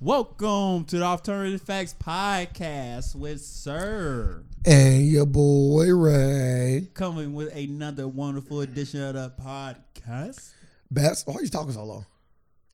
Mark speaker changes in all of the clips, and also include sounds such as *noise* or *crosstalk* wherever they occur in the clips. Speaker 1: Welcome to the Alternative Facts Podcast with Sir.
Speaker 2: And your boy Ray.
Speaker 1: Coming with another wonderful edition of the podcast.
Speaker 2: Best. Why are you talking so long?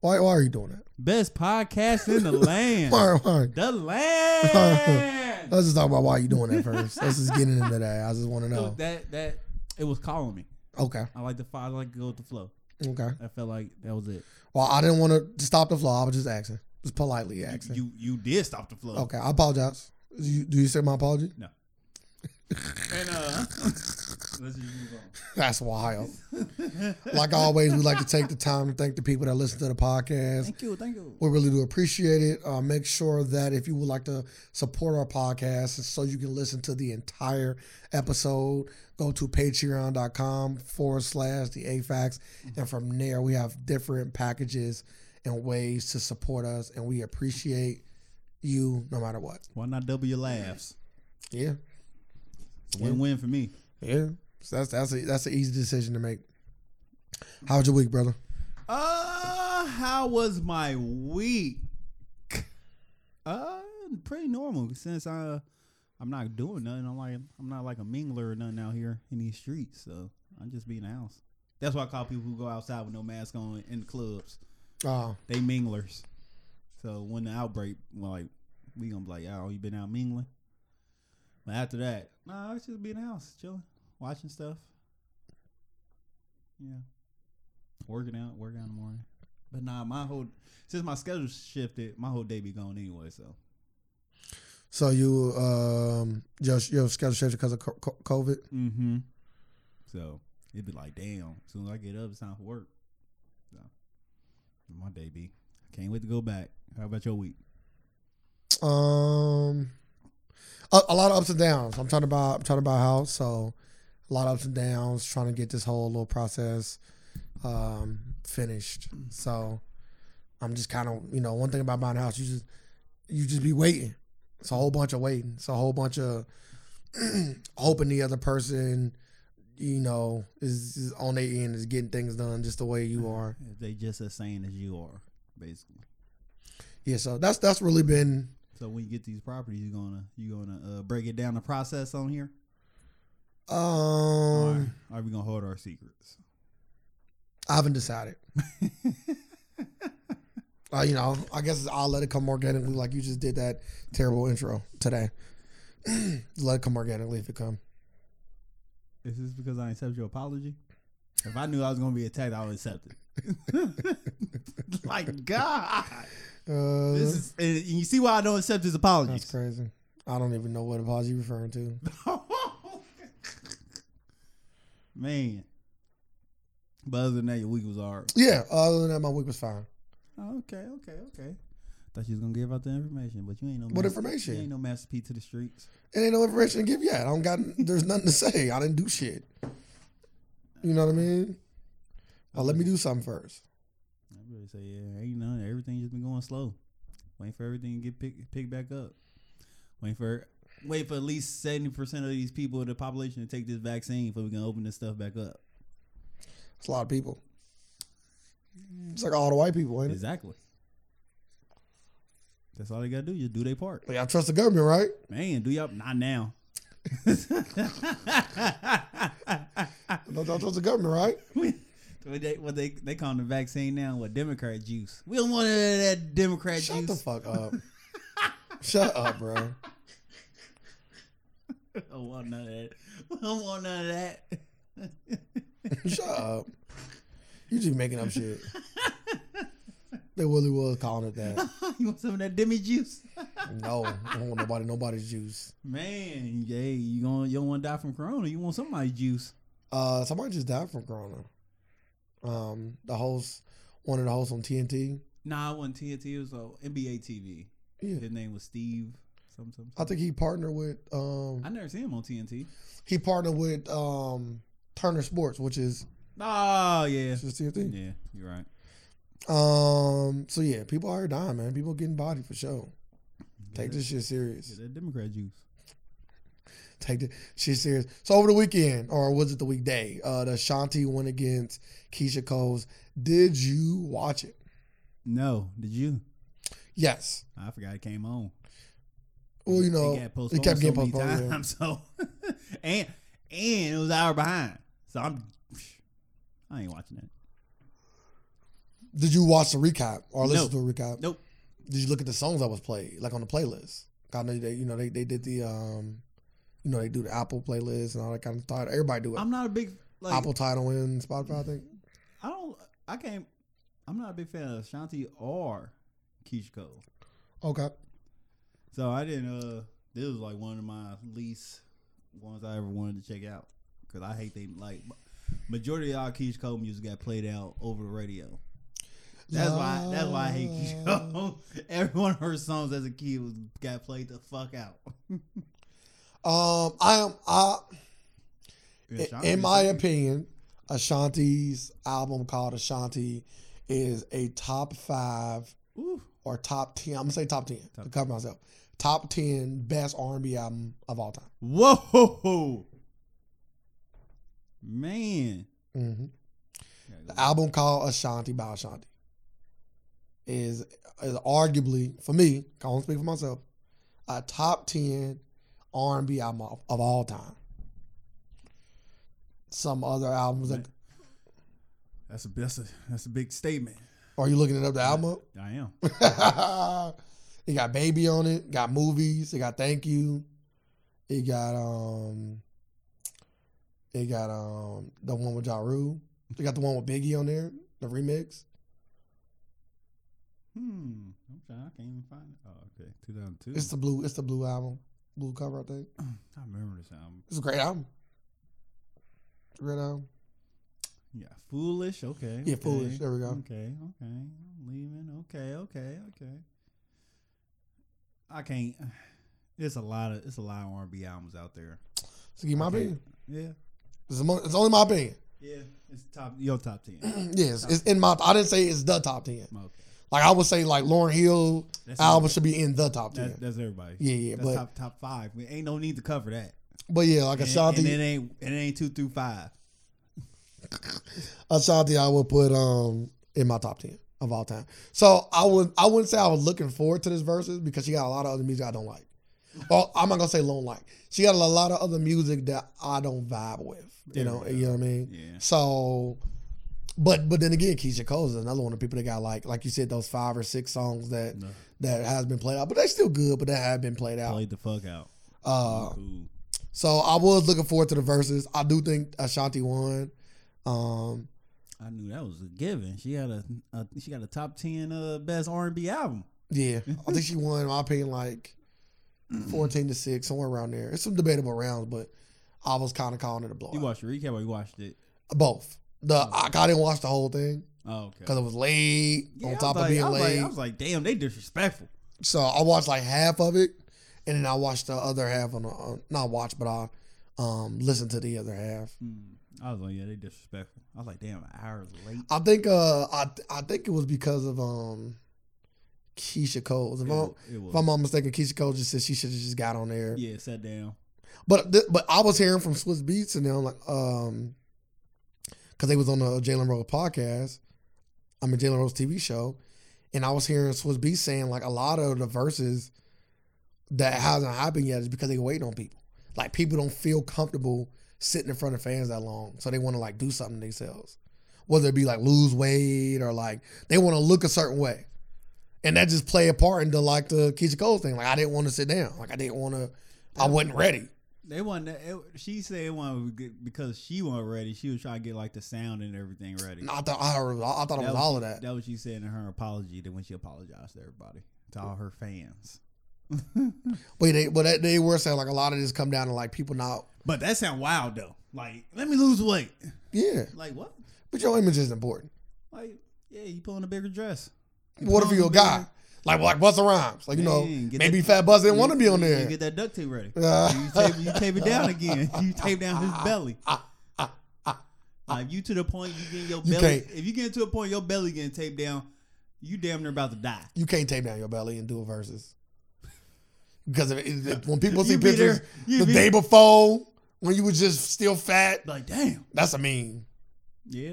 Speaker 2: Why, why are you doing that?
Speaker 1: Best podcast *laughs* in the land.
Speaker 2: Why, why?
Speaker 1: The *laughs* land.
Speaker 2: Let's just talk about why you doing that first. Let's just get into that. I just want to
Speaker 1: *laughs*
Speaker 2: know.
Speaker 1: That that it was calling me.
Speaker 2: Okay.
Speaker 1: I like the fi- I like to go with the flow.
Speaker 2: Okay.
Speaker 1: I felt like that was it.
Speaker 2: Well, I didn't want to stop the flow. I was just asking. Just politely asking.
Speaker 1: You you did stop the flow.
Speaker 2: okay. I apologize. You, do you accept my apology? *laughs*
Speaker 1: And *laughs* uh let's just move on.
Speaker 2: That's wild. like always, we like to take the time to thank the people that listen to the podcast.
Speaker 1: Thank you, thank you.
Speaker 2: We really do appreciate it. Uh, make sure that if you would like to support our podcast so you can listen to the entire episode, go to patreon.com forward slash the AFAX. And from there, we have different packages and ways to support us. And we appreciate you no matter what.
Speaker 1: Why not double your laughs?
Speaker 2: Yeah.
Speaker 1: Win win for me.
Speaker 2: Yeah. So that's that's a, that's an easy decision to make. How was your week, brother?
Speaker 1: Uh, how was my week? Uh, pretty normal since I I'm not doing nothing. I'm like I'm not like a mingler or nothing out here in these streets. So I'm just being the house. That's why I call people who go outside with no mask on in the clubs.
Speaker 2: Uh,
Speaker 1: They minglers. So when the outbreak, well, like we gonna be like, oh, you been out mingling. But after that, no, nah, it's just being in the house, chilling, watching stuff. Yeah, working out, working out in the morning. But nah, my whole since my schedule shifted, my whole day be gone anyway. So
Speaker 2: so you um your your schedule shifted because of co- co- COVID.
Speaker 1: Mm-hmm. So it'd be like, damn. As soon as I get up, it's time for work. So my day be. Can't wait to go back. How about your week?
Speaker 2: Um, a, a lot of ups and downs. I'm talking about I'm talking about how so a lot of ups and downs. Trying to get this whole little process um finished. So I'm just kind of you know one thing about buying a house you just you just be waiting. It's a whole bunch of waiting. It's a whole bunch of *clears throat* hoping the other person you know is, is on their end is getting things done just the way you are.
Speaker 1: They just as sane as you are, basically.
Speaker 2: Yeah. So that's that's really been
Speaker 1: So when you get these properties, you gonna you gonna uh, break it down the process on here. Or
Speaker 2: um
Speaker 1: are we gonna hold our secrets?
Speaker 2: I haven't decided. *laughs* uh, you know, I guess I'll let it come organically, like you just did that terrible intro today. *clears throat* let it come organically if it come.
Speaker 1: Is this because I accept your apology? If I knew I was gonna be attacked, I would accept it. *laughs* like God,
Speaker 2: Uh,
Speaker 1: this is and you see why I don't accept his
Speaker 2: that's
Speaker 1: apologies.
Speaker 2: crazy. I don't even know what apology you're referring to.
Speaker 1: *laughs* Man, but other than that, your week was alright.
Speaker 2: Yeah, other than that, my week was fine.
Speaker 1: Okay, okay, okay. Thought you was gonna give out the information, but you ain't no
Speaker 2: What
Speaker 1: mas-
Speaker 2: information?
Speaker 1: You ain't no master P to the streets.
Speaker 2: It ain't no information to give yet. I don't got. There's nothing to say. I didn't do shit. You know what I mean? Well, let me do something first.
Speaker 1: I really say, yeah, ain't none. Everything just been going slow. Waiting for everything to get picked pick back up. Waiting for wait for at least seventy percent of these people, the population, to take this vaccine before we can open this stuff back up.
Speaker 2: It's a lot of people. It's like all the white people, ain't it?
Speaker 1: Exactly. That's all they gotta do. Just do their part,
Speaker 2: Like, I trust the government, right?
Speaker 1: man. Do y'all not now? *laughs*
Speaker 2: I don't I trust the government, right?
Speaker 1: what they what they they call the vaccine now? What Democrat juice? We don't want none of that Democrat
Speaker 2: Shut
Speaker 1: juice.
Speaker 2: the fuck up. *laughs* Shut up, bro.
Speaker 1: *laughs* I don't want none of that. *laughs* We don't want none of that. *laughs*
Speaker 2: Shut up. You just making up shit. They really was calling it that.
Speaker 1: you want some of that demi juice?
Speaker 2: No, I don't want nobody, nobody's juice.
Speaker 1: Man, yay, you going you don't want to die from corona. You want somebody's juice.
Speaker 2: Uh, somebody just died from Corona. Um, the host, one of the hosts on TNT.
Speaker 1: Nah, I wasn't TNT, it was uh, NBA TV.
Speaker 2: Yeah,
Speaker 1: His name was Steve something. something.
Speaker 2: I think he partnered with
Speaker 1: I
Speaker 2: um,
Speaker 1: never seen him on TNT.
Speaker 2: he partnered with um, Turner Sports, which is
Speaker 1: Oh yeah.
Speaker 2: which is TNT.
Speaker 1: Yeah, you're right.
Speaker 2: Um, so yeah, people are dying, man. People getting bodied for sure. Take this shit serious.
Speaker 1: Get that Democrat juice.
Speaker 2: take the shit serious. So over the weekend, or was it the weekday? Uh the Shanti went against Keisha Cole's. Did you watch it?
Speaker 1: No, did you?
Speaker 2: Yes.
Speaker 1: I forgot it came on.
Speaker 2: Well, you
Speaker 1: It
Speaker 2: know,
Speaker 1: got
Speaker 2: it
Speaker 1: postponed
Speaker 2: kept
Speaker 1: so
Speaker 2: getting
Speaker 1: many
Speaker 2: postponed. yeah.
Speaker 1: times. *laughs* So and and it was an hour behind. So I'm I ain't watching that.
Speaker 2: Did you watch the recap or listen
Speaker 1: No.
Speaker 2: to a recap?
Speaker 1: Nope.
Speaker 2: Did you look at the songs that was played, like on the playlist? I know they, you know, they, they did the, um, you know, they do the Apple playlist and all that kind of stuff. Everybody do it.
Speaker 1: I'm not a big like
Speaker 2: Apple title and Spotify, I think.
Speaker 1: I don't I can't I'm not a big fan of Shanti or Keisha Cole.
Speaker 2: Okay.
Speaker 1: So I didn't uh this was like one of my least ones I ever wanted to check out cuz I hate they like majority of all Keisha Cole music got played out over the radio. That's why. That's why I hate Keisha. Cole. *laughs* Every one of her songs as a kid was, got played the fuck out.
Speaker 2: *laughs* Um, I am. I
Speaker 1: Yeah, Shonda
Speaker 2: in
Speaker 1: was
Speaker 2: my
Speaker 1: saying-
Speaker 2: opinion, Ashanti's album called Ashanti is a top five
Speaker 1: Ooh,
Speaker 2: or top ten. I'm gonna say top ten
Speaker 1: Top
Speaker 2: to cover myself. Top ten best R&B album of all time.
Speaker 1: whoa, man! Mm-hmm.
Speaker 2: hmm The album called Ashanti by Ashanti is is arguably for me. I won't speak for myself. A top ten R&B album of, of all time. Some other albums that.
Speaker 1: Man. That's a that's a that's a big statement.
Speaker 2: Are you looking it up? The album. up?
Speaker 1: I am.
Speaker 2: *laughs* it got baby on it. Got movies. It got thank you. It got um. It got um the one with Ja Rule. They got the one with Biggie on there. The remix.
Speaker 1: Hmm. I'm trying. I can't even find it. Oh, okay. 2002.
Speaker 2: It's the blue. It's the blue album. Blue cover. I think
Speaker 1: *clears throat* I remember this album.
Speaker 2: it's a great album. It's a great album.
Speaker 1: Yeah, foolish. Okay. okay.
Speaker 2: Yeah, Foolish, there we go.
Speaker 1: Okay. Okay. I'm leaving. Okay. Okay. Okay. I can't. *sighs* It's a lot of it's a lot of R&B albums out there.
Speaker 2: So give my
Speaker 1: Okay.
Speaker 2: opinion.
Speaker 1: Yeah.
Speaker 2: It's, the mo- it's only my opinion. *clears throat*
Speaker 1: Yeah. It's top your top *clears throat* ten.
Speaker 2: yes, it's in my. I didn't say it's the top ten.
Speaker 1: Okay.
Speaker 2: Like I would say, like Lauren Hill
Speaker 1: That's
Speaker 2: album should be in the top ten.
Speaker 1: That's, that's everybody.
Speaker 2: yeah, yeah,
Speaker 1: That's
Speaker 2: but
Speaker 1: top top five. We ain't no need to cover that.
Speaker 2: but yeah, like
Speaker 1: And,
Speaker 2: Ashanti.
Speaker 1: and it ain't and it ain't two through five.
Speaker 2: Ashanti, I would put um in my top ten of all time. So I would I wouldn't say I was looking forward to this versus because she got a lot of other music I don't like. Well, I'm not gonna say don't like. She got a lot of other music that I don't vibe with. You
Speaker 1: There
Speaker 2: know,
Speaker 1: we
Speaker 2: you know what I mean.
Speaker 1: Yeah.
Speaker 2: So, but but then again, Keisha Cole is another one of the people that got like like you said those five or six songs that
Speaker 1: No,
Speaker 2: that has been played out, but they still good, but they have been played out.
Speaker 1: played the fuck out.
Speaker 2: Uh,
Speaker 1: Ooh.
Speaker 2: so I was looking forward to the verses. I do think Ashanti won. Um,
Speaker 1: I knew that was a given. She had a, a she got a top ten uh, best R and B album. *laughs*
Speaker 2: Yeah, I think she won. In my opinion, like fourteen to six, somewhere around there. It's some debatable rounds, but I was kind of calling it a
Speaker 1: You
Speaker 2: blowout.
Speaker 1: watched the recap or you watched it?
Speaker 2: Both. The I, I didn't watch the whole thing
Speaker 1: Oh, okay.
Speaker 2: because it was late.
Speaker 1: Yeah, I
Speaker 2: on
Speaker 1: was
Speaker 2: top
Speaker 1: like-
Speaker 2: of being
Speaker 1: I was like-
Speaker 2: late,
Speaker 1: I was like, damn, they disrespectful.
Speaker 2: so I watched like half of it, and then I watched the other half on the, on, not watch, but I um listened to the other half.
Speaker 1: Hmm. I was like, yeah, they disrespectful. I was like, damn, an hour late.
Speaker 2: I think uh I I think it was because of um Keisha Cole. If,
Speaker 1: It
Speaker 2: I'm,
Speaker 1: was- it
Speaker 2: if
Speaker 1: was.
Speaker 2: I'm not mistaken, Keisha Cole just said she should have just got on there.
Speaker 1: Yeah, sat down.
Speaker 2: But th- but I was hearing from Swiss Beats and them like um because they was on the Jalen Rose podcast. I mean Jalen Rose TV show, and I was hearing Swiss Beats saying like a lot of the verses that hasn't happened yet is because they waiting on people. Like people don't feel comfortable sitting in front of fans that long, so they want to like do something themselves, whether it be like lose weight or like they want to look a certain way. And that just play a part into like the Keisha Cole thing. Like I didn't want to sit down. Like I didn't want to. I wasn't ready.
Speaker 1: They wasn't. It, she said it wasn't good because she wasn't ready. She was trying to get like the sound and everything ready.
Speaker 2: I thought I, heard, I thought it was all of that.
Speaker 1: That was she said in her apology. Then when she apologized to everybody, to all her fans.
Speaker 2: But they, but that, they were saying like a lot of this come down to like people not.
Speaker 1: But that sound wild though. Like, let me lose weight.
Speaker 2: Yeah,
Speaker 1: Like what?
Speaker 2: but your image is important.
Speaker 1: Like, yeah, you put on a bigger dress.
Speaker 2: What if
Speaker 1: on
Speaker 2: you're a
Speaker 1: the
Speaker 2: guy? Like like Busta Rhymes, like you know
Speaker 1: Man, get
Speaker 2: maybe
Speaker 1: that-
Speaker 2: Fat Busta didn't want to be on
Speaker 1: You-
Speaker 2: there.
Speaker 1: You get that duct tape ready.
Speaker 2: *laughs* Uh,
Speaker 1: You tape, you tape it down again. *laughs* You tape down his belly. Like you to the point you getting your
Speaker 2: You
Speaker 1: belly.
Speaker 2: can't-
Speaker 1: if you get to a point your belly getting taped down, you damn near about to die.
Speaker 2: you can't tape down your belly and do a versus because if, if- if- when
Speaker 1: *laughs*
Speaker 2: people
Speaker 1: You
Speaker 2: see
Speaker 1: be there-
Speaker 2: pictures
Speaker 1: you
Speaker 2: the
Speaker 1: be-
Speaker 2: day before when you was just still fat,
Speaker 1: *laughs* Like damn.
Speaker 2: that's a meme. *laughs*
Speaker 1: Yeah.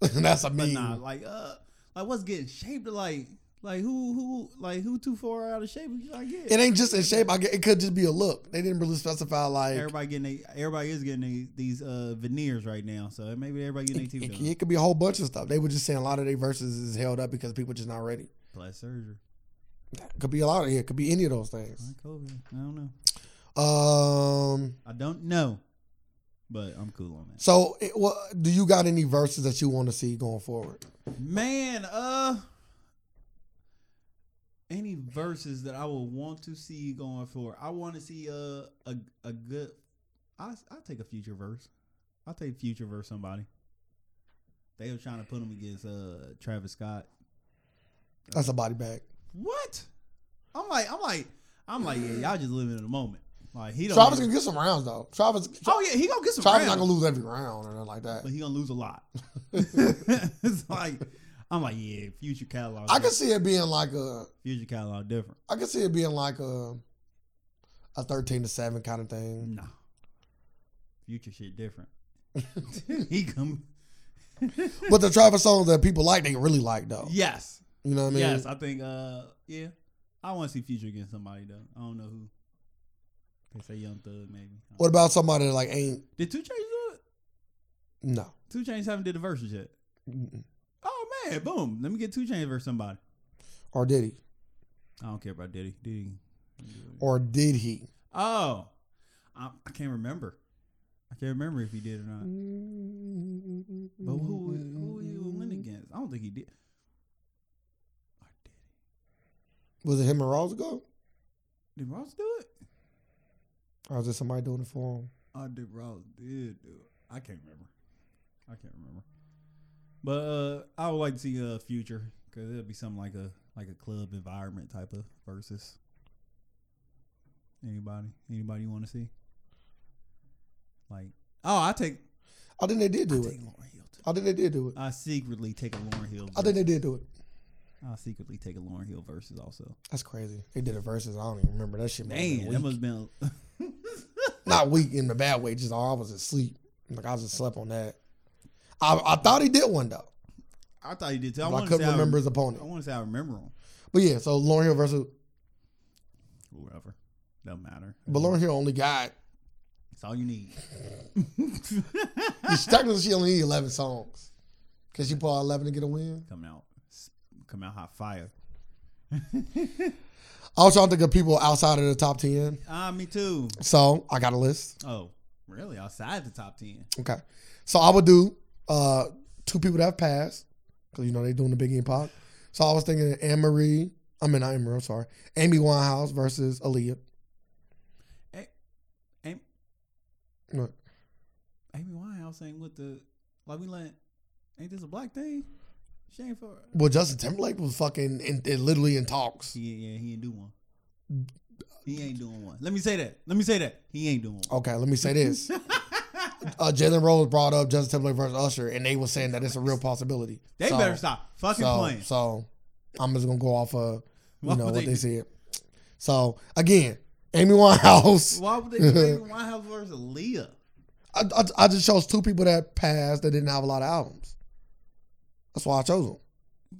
Speaker 2: that's a
Speaker 1: But
Speaker 2: meme.
Speaker 1: nah, like uh, like what's getting shaped to like Like who who like who too far out of shape? I get
Speaker 2: It ain't just in shape. I get, it could just be a look. They didn't really specify like.
Speaker 1: everybody getting they, everybody is getting they, these uh, veneers right now, so maybe everybody getting their
Speaker 2: It,
Speaker 1: teeth done.
Speaker 2: it could be a whole bunch of stuff. They were just saying a lot of their verses is held up because people just not ready.
Speaker 1: Plus surgery,
Speaker 2: Could be a lot of it. Could be any of those things.
Speaker 1: Like COVID. I don't know.
Speaker 2: Um.
Speaker 1: I don't know, but I'm cool on that.
Speaker 2: So, it, what do you got any verses that you want to see going forward?
Speaker 1: Man, uh, any verses that I would want to see going for? I want to see uh, a a good. I I take a future verse. I take future verse somebody. They were trying to put him against uh Travis Scott.
Speaker 2: That's a body bag.
Speaker 1: What? I'm like I'm like I'm like yeah, y'all just living in the moment. Like he don't.
Speaker 2: Travis
Speaker 1: even-
Speaker 2: gonna get some rounds though. Travis.
Speaker 1: oh yeah, he gonna get some.
Speaker 2: Travis
Speaker 1: rounds.
Speaker 2: not gonna lose every round or nothing like that.
Speaker 1: but he gonna lose a
Speaker 2: *laughs*
Speaker 1: lot. *laughs* it's like I'm like, yeah, future catalog.
Speaker 2: I could see it being like a.
Speaker 1: future catalog different.
Speaker 2: I could see it being like a. A thirteen to seven kind of thing.
Speaker 1: Nah, future shit
Speaker 2: *laughs*
Speaker 1: different. he come. Mm.
Speaker 2: But the Travis songs that people like, they really like though.
Speaker 1: Yes,
Speaker 2: You know what Oh. I mean?
Speaker 1: yes. I think. Uh, yeah. I want to see future against somebody though. I don't know who. They say Young Thug maybe.
Speaker 2: What about somebody that like ain't
Speaker 1: Did Two Chainz do it?
Speaker 2: no?
Speaker 1: Two Chainz haven't did the verses yet.
Speaker 2: Mm-mm.
Speaker 1: Oh man, boom! Let me get Two Chainz versus somebody.
Speaker 2: Or did he?
Speaker 1: I don't care about Diddy. Diddy.
Speaker 2: Or did he?
Speaker 1: Oh, I, I can't remember. I can't remember if he did or not. But
Speaker 2: But
Speaker 1: who who he would win against? I don't think he did. Or did
Speaker 2: Was it him and Ross go?
Speaker 1: he? Did Ross do it?
Speaker 2: Or was it somebody doing it for him?
Speaker 1: Oh, did Ross did do it? I can't remember. I can't remember. But uh, I would like to see a future because it'll be something like a like a club environment type of versus. Anybody? Anybody you want to see? Like, oh, I take
Speaker 2: I think they did
Speaker 1: I
Speaker 2: do it.
Speaker 1: take Lauren Hill. Too.
Speaker 2: I think they did do it.
Speaker 1: I secretly take a Lauren Hill.
Speaker 2: I think they did do it.
Speaker 1: I'll secretly take a Lauren Hill versus also.
Speaker 2: That's crazy. They did a versus. I don't even remember that shit. must have been
Speaker 1: Damn, that
Speaker 2: weak.
Speaker 1: must have been.
Speaker 2: not weak in the bad way. Just oh, I was asleep. Like I just slept on that. I, I thought he did one though.
Speaker 1: *laughs* I thought you did too. I,
Speaker 2: but I
Speaker 1: wanna
Speaker 2: couldn't
Speaker 1: say
Speaker 2: remember
Speaker 1: I,
Speaker 2: his
Speaker 1: I
Speaker 2: opponent.
Speaker 1: want to say I remember him.
Speaker 2: But yeah, so Lauren Hill versus.
Speaker 1: Whatever, don't matter.
Speaker 2: But Lauren Hill only got.
Speaker 1: It's all you *laughs* need. *laughs*
Speaker 2: Technically, she only need eleven songs. Cause she pull out eleven to get a win.
Speaker 1: come out, s- come out hot fire.
Speaker 2: I was trying to think of people outside of the top ten.
Speaker 1: Ah, me too.
Speaker 2: So I got a list.
Speaker 1: Oh, really? Outside the top ten.
Speaker 2: Okay. So I would do uh two people that have passed because you know they doing the Biggie and Pac. So I was thinking Anne Marie. I mean, not Anne Marie. I'm sorry. Amy Winehouse versus Aaliyah.
Speaker 1: Am-
Speaker 2: What?
Speaker 1: Amy Winehouse ain't with the like we let. Ain't this a black thing? She ain't for.
Speaker 2: Well, Justin Timberlake was fucking in, in- literally in talks.
Speaker 1: He, yeah, he ain't do one. He ain't doing one. Let me say that. Let me say that. He ain't doing one.
Speaker 2: Okay, let me
Speaker 1: *laughs*
Speaker 2: say this. uh, Jalen Rose brought up Justin Timberlake versus Usher, and they were saying that it's a real possibility.
Speaker 1: They
Speaker 2: So-
Speaker 1: better stop fucking
Speaker 2: so,
Speaker 1: playing.
Speaker 2: So I'm just gonna go off of you
Speaker 1: Why
Speaker 2: know
Speaker 1: would
Speaker 2: what
Speaker 1: they
Speaker 2: they,
Speaker 1: do-
Speaker 2: said. So again, Amy Winehouse.
Speaker 1: Why would they do
Speaker 2: *laughs*
Speaker 1: Amy Winehouse versus Leah?
Speaker 2: I, I, I just chose two people that passed that didn't have a lot of albums. That's why I chose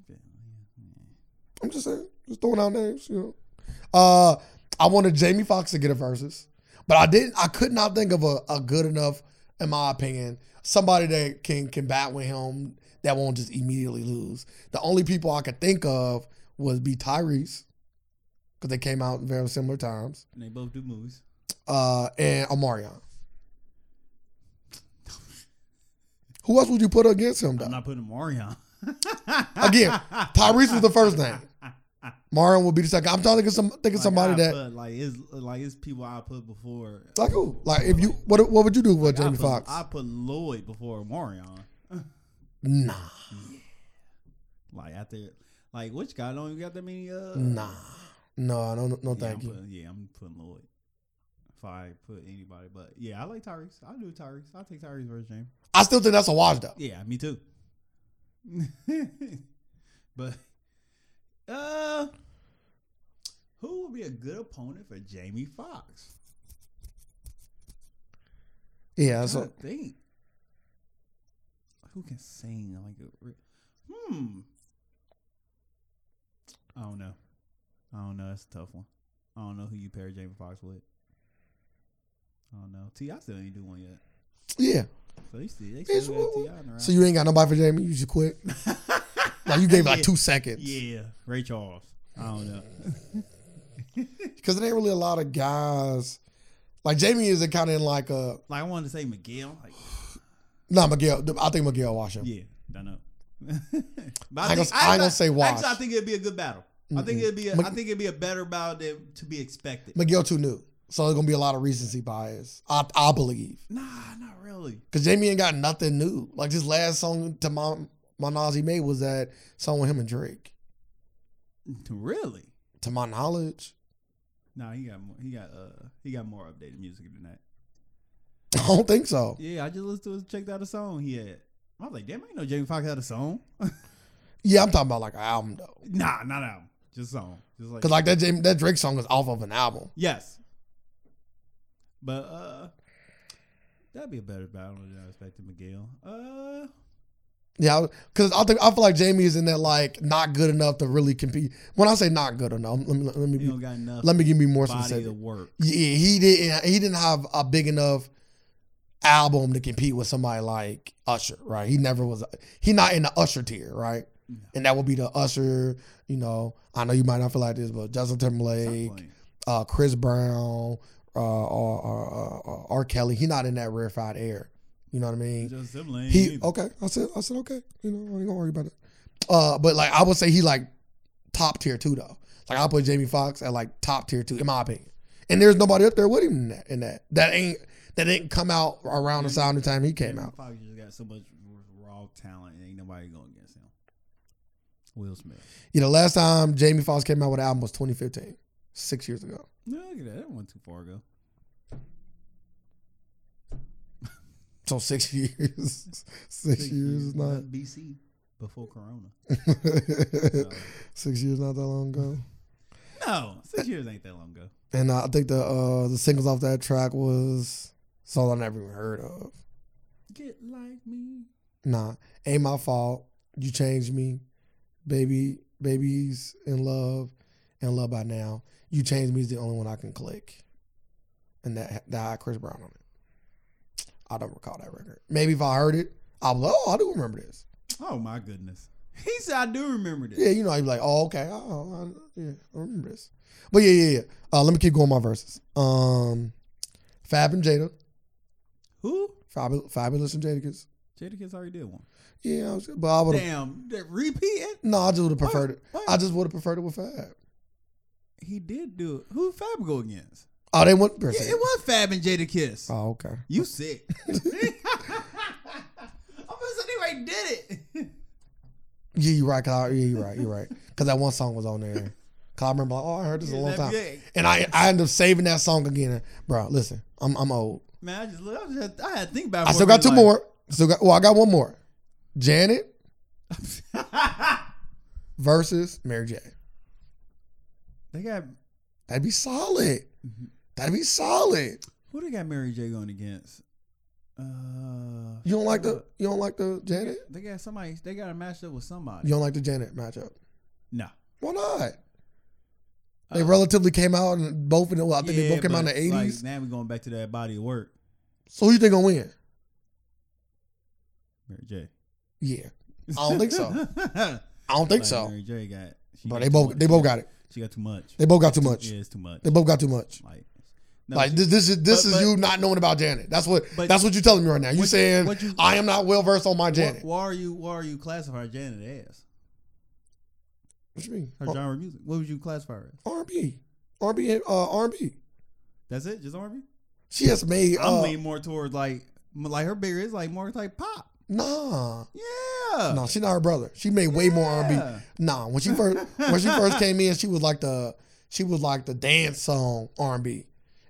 Speaker 2: them. I'm just saying, just throwing out names, you know. Uh, I wanted Jamie Foxx to get a versus, but I didn't. I could not think of a, a good enough, in my opinion, somebody that can can bat with him that won't just immediately lose. The only people I could think of would be Tyrese, because they came out in very similar times,
Speaker 1: And they both do movies.
Speaker 2: uh, and Omarion. Who else would you put against him though?
Speaker 1: I'm not putting Marion.
Speaker 2: *laughs* Again, Tyrese was the first name. Marion would be the second. I'm trying to think of some think of somebody
Speaker 1: I
Speaker 2: that
Speaker 1: put, like it's like it's people I put before.
Speaker 2: Like who? Like if you what what would you do with
Speaker 1: I
Speaker 2: Jamie
Speaker 1: put,
Speaker 2: Foxx?
Speaker 1: I put Lloyd before Marion.
Speaker 2: Nah,
Speaker 1: Like after, like which guy don't even got that many? Uh,
Speaker 2: nah, no, no, no, no
Speaker 1: yeah, I'm
Speaker 2: thank you.
Speaker 1: putting, yeah, I'm putting Lloyd. If I put anybody, but yeah, I like Tyrese. I do Tyrese. I will take Tyrese versus James.
Speaker 2: I still think that's a wash though.
Speaker 1: Yeah, me too. *laughs* but uh who would be a good opponent for Jamie Foxx?
Speaker 2: Yeah,
Speaker 1: I
Speaker 2: that's a,
Speaker 1: think. uh, Who can sing like a re- hmm. I don't know. I don't know. That's a tough one. I don't know who you pair Jamie Foxx with. I don't know. Ti still ain't do one yet.
Speaker 2: Yeah.
Speaker 1: So they still, they
Speaker 2: Bitch,
Speaker 1: still got
Speaker 2: woo-
Speaker 1: Ti around.
Speaker 2: So you ain't got nobody for Jamie. You just quit. like
Speaker 1: *laughs*
Speaker 2: you *laughs* gave it like two seconds.
Speaker 1: yeah, Ray Charles. I don't
Speaker 2: *laughs*
Speaker 1: know.
Speaker 2: Because there ain't really a lot of guys. Like Jamie is kind of in like a
Speaker 1: Like I wanted to say Miguel. Like
Speaker 2: no Miguel. I think Miguel watch him.
Speaker 1: yeah, don't know. *laughs* but
Speaker 2: I ain't gonna- I ain't gonna say watch.
Speaker 1: Actually, I think it'd be a good battle. I think it'd be. A, I
Speaker 2: Mc-
Speaker 1: think it'd be a better battle than to be expected.
Speaker 2: Miguel too new, so there's gonna be a lot of recency bias. I I believe
Speaker 1: nah, not really. *laughs*
Speaker 2: because Jamie ain't got nothing new. Like his last song to my my Nas he made was that song with him and Drake.
Speaker 1: Really?
Speaker 2: To my knowledge, *laughs*
Speaker 1: Nah, he got more. He got uh. He got more updated music than that.
Speaker 2: I don't think so.
Speaker 1: Yeah, I just listened to his checked out a song he had. I was like, damn, I didn't know Jamie Foxx had a song.
Speaker 2: Yeah, I'm talking about like an album though,
Speaker 1: nah, not album. Just song. Just like
Speaker 2: because like that Jamie, that Drake song is off of an album.
Speaker 1: Yes. But uh that'd be a better battle than I expected, Miguel. Uh
Speaker 2: Yeah, because I think I feel like Jamie is in that like not good enough to really compete. When I say not good enough, let me let me
Speaker 1: he
Speaker 2: be,
Speaker 1: don't got enough
Speaker 2: let me give me more
Speaker 1: body to
Speaker 2: specific.
Speaker 1: work.
Speaker 2: Yeah, he didn't he didn't have a big enough album to compete with somebody like Usher, right? He never was. He not in the Usher tier, right?
Speaker 1: No.
Speaker 2: And that would be the Usher. You know, I know you might not feel like this, but Justin
Speaker 1: Stop
Speaker 2: Timberlake,
Speaker 1: playing.
Speaker 2: uh, Chris Brown, uh, or, or, or, or Kelly. He not in that rarefied air. You know what I mean?
Speaker 1: Just them lame
Speaker 2: He
Speaker 1: either.
Speaker 2: okay. I said I said okay. You know, I ain't gonna worry about it. Uh, but like I would say he like top tier two though. Like I put Jamie Foxx at like top tier two in my opinion. And there's nobody up there with him in that. In that. that ain't that didn't come out around the sound the time he came
Speaker 1: Jamie
Speaker 2: out.
Speaker 1: Foxx just got so much raw talent and ain't nobody going against him. Will Smith.
Speaker 2: You know, last time Jamie Foxx came out with an album was 2015, six years ago.
Speaker 1: No, look at that. That went too far ago.
Speaker 2: So six *laughs* years, *laughs* six years is not
Speaker 1: BC before Corona.
Speaker 2: *laughs* six years not that long ago.
Speaker 1: No, six years ain't that long ago.
Speaker 2: And uh, I think the uh, the singles off that track was songs I never even heard of.
Speaker 1: Get like me.
Speaker 2: Nah, ain't my fault. You changed me, baby. Baby's in love, and love by now. You changed me is the only one I can click, and that that had Chris Brown on it. I don't recall that record. Maybe if I heard it, I was like, oh, I do remember this.
Speaker 1: Oh my goodness. He said I do remember this.
Speaker 2: Yeah, you know, I'd be like, oh, okay, oh, I, yeah, I remember this. But yeah, yeah, yeah. Uh, let me keep going my verses. Um, Fab and Jada,
Speaker 1: Who?
Speaker 2: Fab, Fabulous and Jadakiss.
Speaker 1: Jadakiss already did one.
Speaker 2: Yeah, I was, but I would have.
Speaker 1: Damn, that repeat?
Speaker 2: No, I just would have preferred it.
Speaker 1: What?
Speaker 2: I just would have preferred it with Fab.
Speaker 1: He did do it. Who Fab go against?
Speaker 2: Oh, they went.
Speaker 1: Yeah, it was Fab and Jada Kiss.
Speaker 2: Oh, okay.
Speaker 1: You
Speaker 2: *laughs*
Speaker 1: sick. *laughs* I'm gonna say they right did it.
Speaker 2: Yeah, you're right. 'cause I, yeah, you're right. You're right. Because that one song was on there. Cause I remember, like, oh, I heard this a long
Speaker 1: That-
Speaker 2: time,
Speaker 1: yeah.
Speaker 2: and I I ended up saving that song again, bro. Listen, I'm I'm old.
Speaker 1: Man, I just look I, just, I had to think about it
Speaker 2: I
Speaker 1: for
Speaker 2: still
Speaker 1: a
Speaker 2: got two
Speaker 1: minute,
Speaker 2: more. Still got. Well, I got one more. Janet
Speaker 1: like-
Speaker 2: versus Mary J.
Speaker 1: *laughs* they got
Speaker 2: That'd be solid.
Speaker 1: Mm-hmm.
Speaker 2: That'd be solid.
Speaker 1: who they got Mary J going against? Uh
Speaker 2: You don't like the you don't like the Janet.
Speaker 1: they got somebody they got a matchup with somebody.
Speaker 2: You don't like the Janet matchup.
Speaker 1: No.
Speaker 2: Why not? They
Speaker 1: Uh,
Speaker 2: relatively came out and both in the. Well, I think they
Speaker 1: Yeah,
Speaker 2: both came out in
Speaker 1: but,
Speaker 2: the eighties.
Speaker 1: Like, now we're going back to that body of work.
Speaker 2: so who you think gonna win?
Speaker 1: Mary J.
Speaker 2: Yeah, I
Speaker 1: *laughs*
Speaker 2: don't think so.
Speaker 1: I
Speaker 2: I don't think so.
Speaker 1: Mary J. got. She
Speaker 2: But
Speaker 1: got
Speaker 2: they
Speaker 1: too
Speaker 2: both
Speaker 1: much.
Speaker 2: they both got it.
Speaker 1: She got too much.
Speaker 2: They both got too much.
Speaker 1: Yeah, it's too much.
Speaker 2: They both got too much.
Speaker 1: Like,
Speaker 2: Like this, this is this
Speaker 1: But-
Speaker 2: is
Speaker 1: but-
Speaker 2: you not knowing about Janet. That's what
Speaker 1: But-
Speaker 2: that's what you're telling me right now. You
Speaker 1: What you-
Speaker 2: saying
Speaker 1: what you-
Speaker 2: I am not well versed on my
Speaker 1: why,
Speaker 2: Janet. What,
Speaker 1: why are you? Why are you classifying Janet as
Speaker 2: you mean? Uh,
Speaker 1: her genre of music? What would you classify her as?
Speaker 2: R&B, R&B, uh, R&B.
Speaker 1: That's it, just R&B.
Speaker 2: She has made.
Speaker 1: I'm
Speaker 2: Uh,
Speaker 1: leaning more towards like, m- like her bigger is like more like pop.
Speaker 2: nah,
Speaker 1: Yeah.
Speaker 2: nah, she not her brother. She made way more
Speaker 1: Uh. Yeah.
Speaker 2: R&B. Nah, when she first when she first came in, she was like the she was like the dance song R&B,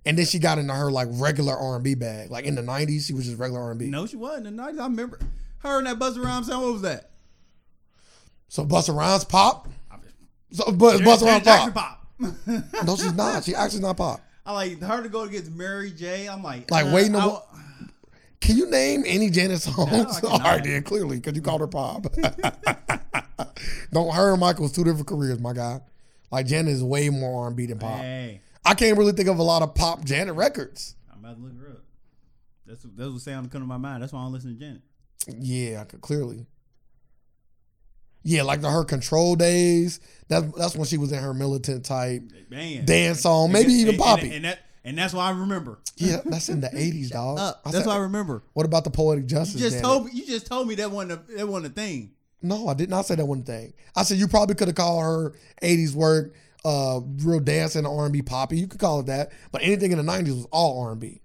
Speaker 2: and then she got into her like regular R&B bag. Like in the '90s, she was just regular R&B.
Speaker 1: No, she wasn't in the '90s. I remember her and that Busta Rhymes song. What was that?
Speaker 2: So Busta Rhymes pop.
Speaker 1: I mean,
Speaker 2: So, but
Speaker 1: Janet
Speaker 2: Busta Rhymes
Speaker 1: Jackson
Speaker 2: pop.
Speaker 1: pop. *laughs*
Speaker 2: No, she's not. She actually not pop.
Speaker 1: I like her to go against Mary J. I'm like, uh,
Speaker 2: Like, wait, no,
Speaker 1: I-
Speaker 2: what- Can you name any
Speaker 1: *laughs*
Speaker 2: Janet songs? *laughs*
Speaker 1: cannot.
Speaker 2: All right, then *laughs* clearly, because you called her pop. Don't her and Michael's two different careers, my guy. Like Janet is way more R and B than pop.
Speaker 1: Hey,
Speaker 2: I can't really think of a lot of pop Janet records.
Speaker 1: I'm about to look her up. That's that's what sound coming to my mind. That's why I don't listen to Janet.
Speaker 2: Yeah, c- clearly. Yeah, like the her control days. That's that's when she was in her militant type
Speaker 1: Man,
Speaker 2: dance song,
Speaker 1: And
Speaker 2: maybe
Speaker 1: that-
Speaker 2: even
Speaker 1: and-
Speaker 2: poppy.
Speaker 1: and, and that and that's why I remember.
Speaker 2: yeah, that's in the
Speaker 1: *laughs*
Speaker 2: eighties, dog.
Speaker 1: Up.
Speaker 2: I
Speaker 1: That's
Speaker 2: said,
Speaker 1: why I remember.
Speaker 2: what about the poetic
Speaker 1: You
Speaker 2: justice?
Speaker 1: just
Speaker 2: Janet?
Speaker 1: told me. You just told me that wasn't a, that wasn't a thing.
Speaker 2: No, I did not say that one thing. I said you probably could have called her '80s work, uh, real dance and R&B poppy. You could call it that, but anything in the '90s was all R&B.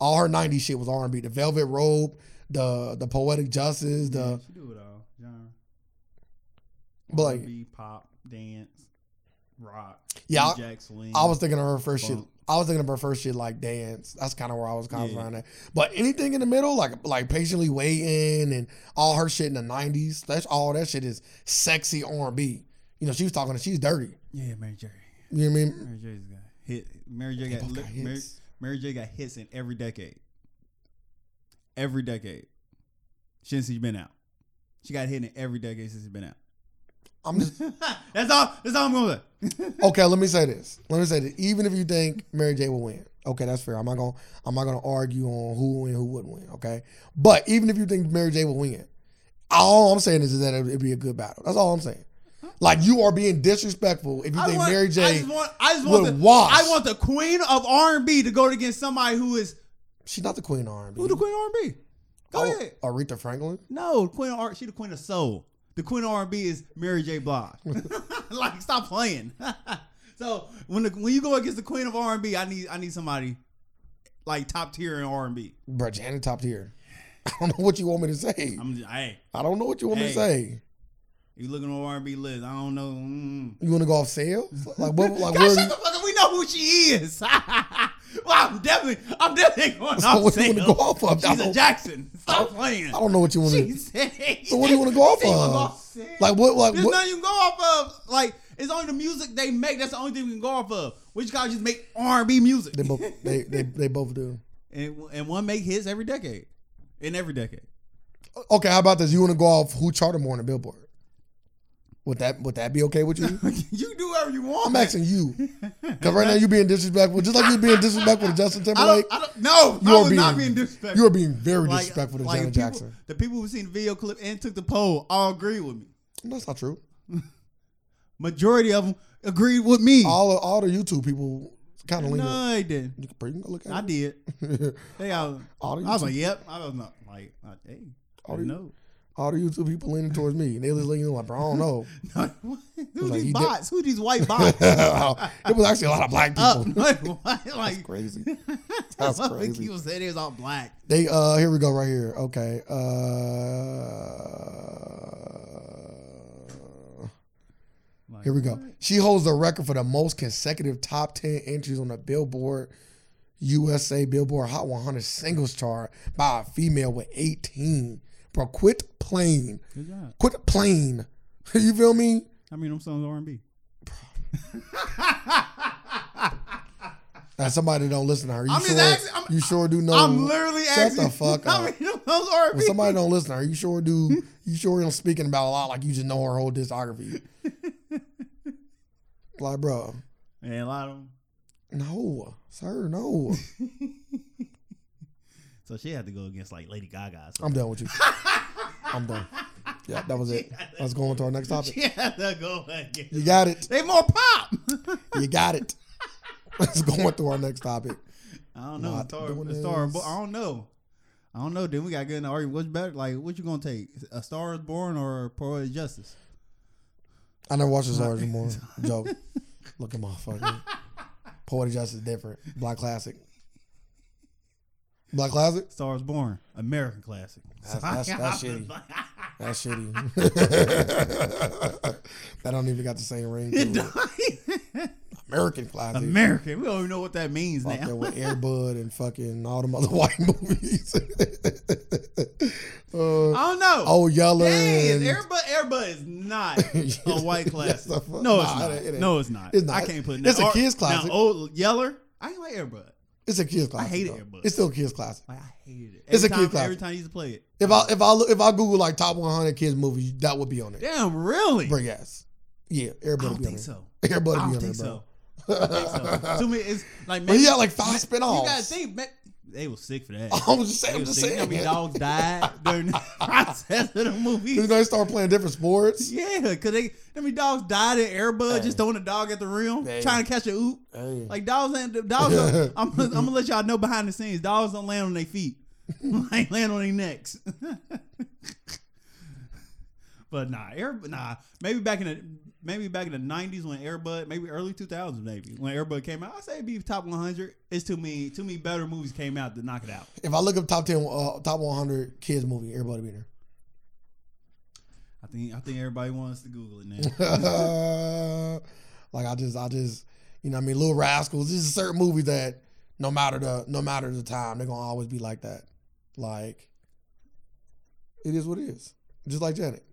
Speaker 2: All her '90s shit was R&B. The Velvet Rope, the the Poetic Justice,
Speaker 1: Yeah,
Speaker 2: the
Speaker 1: she do it all. Genre. Mm-hmm.
Speaker 2: But like-
Speaker 1: R&B, pop, dance, rock.
Speaker 2: yeah. I,
Speaker 1: Jack swing.
Speaker 2: I was thinking of her first shit.
Speaker 1: Funk.
Speaker 2: I was thinking of her first shit like dance. That's kind of where I was kind of
Speaker 1: Yeah.
Speaker 2: around that. But anything in the middle, like like patiently waiting and all her shit in the '90s. That's all that shit is sexy R&B. You know, she was talking. She's dirty.
Speaker 1: yeah, Mary J.
Speaker 2: You know what I mean?
Speaker 1: Mary J's got hit. Mary J
Speaker 2: They
Speaker 1: got,
Speaker 2: both
Speaker 1: li-
Speaker 2: got
Speaker 1: Mary,
Speaker 2: hits.
Speaker 1: Mary J got hits in every decade. Every decade since she's been out, she got hit in every decade since she's been out.
Speaker 2: I'm just
Speaker 1: *laughs* that's all. That's all I'm gonna say.
Speaker 2: okay. Let me say this. Let me say this. Even if you think Mary J will win, okay, that's fair. I'm not gonna I'm not gonna argue on who will win, who would win, okay. But even if you think Mary J will win, all I'm saying is that it'd be a good battle. That's all I'm saying. Like you are being disrespectful if you think
Speaker 1: want-
Speaker 2: Mary
Speaker 1: I
Speaker 2: J.
Speaker 1: just want, I just
Speaker 2: would
Speaker 1: want the,
Speaker 2: wash.
Speaker 1: I want the queen of R and B to go against somebody who is
Speaker 2: She's not the queen of R&B.
Speaker 1: who the queen of R and B. Go
Speaker 2: Oh,
Speaker 1: ahead.
Speaker 2: Aretha Franklin.
Speaker 1: No, queen of R. She the queen of soul. The queen of R and B is Mary J. Blige. *laughs* like, stop playing. *laughs* so when the, when you go against the queen of R and B, I need I need somebody like top tier in R and B.
Speaker 2: Bruh, Janet top tier. *laughs* I don't know what you want me to say.
Speaker 1: I'm just, hey,
Speaker 2: I don't know what you want me
Speaker 1: Hey.
Speaker 2: to say.
Speaker 1: you looking on R and B list? I don't know. Mm.
Speaker 2: You want to go off sales? Like what?
Speaker 1: *laughs* God,
Speaker 2: Like where?
Speaker 1: shut the fuck up. We know who she is. *laughs* well, I'm definitely, I'm definitely going
Speaker 2: So
Speaker 1: off
Speaker 2: what do you wanna
Speaker 1: sale.
Speaker 2: go off of? I
Speaker 1: She's a
Speaker 2: don't-
Speaker 1: Jackson. Stop playing.
Speaker 2: I don't know what you want
Speaker 1: She
Speaker 2: to.
Speaker 1: said.
Speaker 2: So what do you wanna go off
Speaker 1: *laughs* She wanna
Speaker 2: of?
Speaker 1: go off sale.
Speaker 2: Like what? Like
Speaker 1: There's
Speaker 2: Uh, what?
Speaker 1: nothing you can go off of. Like it's only the music they make. That's the only thing we can go off of. We just gotta just make R and B music.
Speaker 2: They both they, they they both do.
Speaker 1: and and one make hits every decade, in every decade. *laughs*
Speaker 2: Okay, how about this? You want to go off who charted more on the Billboard? Would that would that be okay with you?
Speaker 1: you do whatever you want.
Speaker 2: I'm asking you because right now you're being disrespectful, just like you're being disrespectful to Justin
Speaker 1: I don't.
Speaker 2: Timberlake.
Speaker 1: I don't. No,
Speaker 2: You
Speaker 1: I
Speaker 2: are
Speaker 1: was not being
Speaker 2: being-
Speaker 1: disrespectful.
Speaker 2: You are being very
Speaker 1: Like-
Speaker 2: disrespectful to
Speaker 1: like
Speaker 2: Janet
Speaker 1: the people-
Speaker 2: Jackson.
Speaker 1: The people who seen the video clip and took the poll all agree with me.
Speaker 2: That's not true.
Speaker 1: Majority of them agreed with me.
Speaker 2: All all the YouTube people kind of lean. up.
Speaker 1: no, they didn't.
Speaker 2: You can you can go look
Speaker 1: I
Speaker 2: at it. *laughs*
Speaker 1: did. They all.
Speaker 2: all the
Speaker 1: I was
Speaker 2: YouTube,
Speaker 1: like, yep. I was not like, like, hey, I
Speaker 2: All
Speaker 1: didn't
Speaker 2: you-
Speaker 1: know.
Speaker 2: all the YouTube people leaning towards me, and they was leaning like, bro, I don't know. *laughs*
Speaker 1: No, what? *laughs* Who
Speaker 2: like,
Speaker 1: these
Speaker 2: he did-
Speaker 1: bots? Who these
Speaker 2: *laughs*
Speaker 1: white bots?
Speaker 2: it was actually a lot of black *laughs*
Speaker 1: Up,
Speaker 2: people.
Speaker 1: *laughs* like, what? like *laughs*
Speaker 2: Crazy.
Speaker 1: that's
Speaker 2: That's
Speaker 1: crazy.
Speaker 2: crazy.
Speaker 1: People said it was all black.
Speaker 2: They uh here we go right here. Okay. Uh
Speaker 1: Like,
Speaker 2: here we go.
Speaker 1: what?
Speaker 2: She holds the record for the most consecutive top ten entries on the Billboard USA Billboard Hot 100 singles chart by a female with 18. Bro, quit playing.
Speaker 1: Good job.
Speaker 2: Quit playing. *laughs* you feel me?
Speaker 1: I mean, them songs R and *laughs* B.
Speaker 2: Now somebody don't listen to her. You
Speaker 1: I'm just
Speaker 2: sure?
Speaker 1: asking- I'm-
Speaker 2: you sure do know?
Speaker 1: I'm literally
Speaker 2: Shut
Speaker 1: asking.
Speaker 2: the fuck up.
Speaker 1: I mean, them songs R and
Speaker 2: When
Speaker 1: B. *laughs*
Speaker 2: somebody don't listen to her, you sure do. You sure don't speaking about a lot like you just know her whole discography. like, bro,
Speaker 1: And a lot of them.
Speaker 2: no, sir, no.
Speaker 1: So she had to go against like Lady Gaga. So
Speaker 2: I'm done with you. I'm done. Yeah, that was it. Let's go on to our next topic.
Speaker 1: *laughs* she had to go against.
Speaker 2: *laughs* You got it.
Speaker 1: They more pop.
Speaker 2: You got it. Let's go on to our next topic.
Speaker 1: I don't know.
Speaker 2: Not
Speaker 1: Star,
Speaker 2: doing
Speaker 1: a star,
Speaker 2: this.
Speaker 1: bo- I don't know. I don't know. Then we got to get in the argument. What's better? Like, what you gonna take? A Star is Born or Poetic Justice?
Speaker 2: I never watched this orange anymore. Joke. Look at my fucking Poetic Justice is different. Black classic. Black classic?
Speaker 1: Star is Born, American classic.
Speaker 2: That's,
Speaker 1: *laughs*
Speaker 2: that's, that's shitty. That's shitty. *laughs* that don't even got the same ring. To it. American
Speaker 1: *laughs*
Speaker 2: classic.
Speaker 1: American. We don't even know what that means
Speaker 2: Up there
Speaker 1: now. *laughs*
Speaker 2: with Air Bud and fucking all them other *laughs* white movies. uh,
Speaker 1: I don't know.
Speaker 2: oh, Yeller.
Speaker 1: Dang,
Speaker 2: and-
Speaker 1: Airbud, Airbud is
Speaker 2: *laughs*
Speaker 1: not a white classic.
Speaker 2: Yes, I-
Speaker 1: no, it's
Speaker 2: nah,
Speaker 1: not.
Speaker 2: it ain't.
Speaker 1: no, it's not.
Speaker 2: It's not.
Speaker 1: I can't put.
Speaker 2: It's a
Speaker 1: now-
Speaker 2: kid's
Speaker 1: now,
Speaker 2: classic.
Speaker 1: old Yeller. I ain't like Airbud.
Speaker 2: It's a kids classic.
Speaker 1: hated
Speaker 2: though.
Speaker 1: Air Bud.
Speaker 2: It's still a kids classic.
Speaker 1: Like I hated it. Every
Speaker 2: It's a
Speaker 1: time,
Speaker 2: kid's classic.
Speaker 1: Every time you used to play it.
Speaker 2: If I if I look, if I Google like top 100 kids movies, that would be on it.
Speaker 1: Damn, really?
Speaker 2: Bring ass. Yeah,
Speaker 1: I
Speaker 2: everybody.
Speaker 1: don't
Speaker 2: be on
Speaker 1: think
Speaker 2: it.
Speaker 1: so.
Speaker 2: Everybody
Speaker 1: I
Speaker 2: be
Speaker 1: don't
Speaker 2: on
Speaker 1: think
Speaker 2: it, bro.
Speaker 1: so. I don't think
Speaker 2: *laughs*
Speaker 1: so. Too many. It's like
Speaker 2: But
Speaker 1: maybe
Speaker 2: he had like five
Speaker 1: you
Speaker 2: spinoffs.
Speaker 1: gotta think. ma- They was sick for that.
Speaker 2: I was just saying,
Speaker 1: They
Speaker 2: *laughs* I'm
Speaker 1: was
Speaker 2: just
Speaker 1: sick. You know how
Speaker 2: saying.
Speaker 1: many
Speaker 2: man.
Speaker 1: dogs died during the *laughs* process of the movie.
Speaker 2: *laughs* Then they start playing different sports.
Speaker 1: Yeah, cause they how many dogs died in Airbud just throwing a dog at the rim
Speaker 2: Hey.
Speaker 1: trying to catch a oop.
Speaker 2: Hey.
Speaker 1: Like dogs ain't dogs. Don't, I'm, gonna- I'm gonna let y'all know behind the scenes. Dogs don't land on their feet. *laughs* they land on their necks. *laughs* but nah, air nah. Maybe back in the maybe back in the '90s when Airbud, maybe early 2000s, maybe when Airbud came out, I say it'd be top 100. It's too many too many better movies came out to knock it out.
Speaker 2: If I look up top ten, uh, top one hundred kids movie, everybody be there. *laughs*
Speaker 1: I think I think everybody wants to Google it now.
Speaker 2: *laughs*
Speaker 1: *laughs*
Speaker 2: like I just, I just, you know, what I mean, Little Rascals. This is a certain movie that no matter the, no matter the time, they're gonna always be like that. Like, it is what it is. Just like Janet.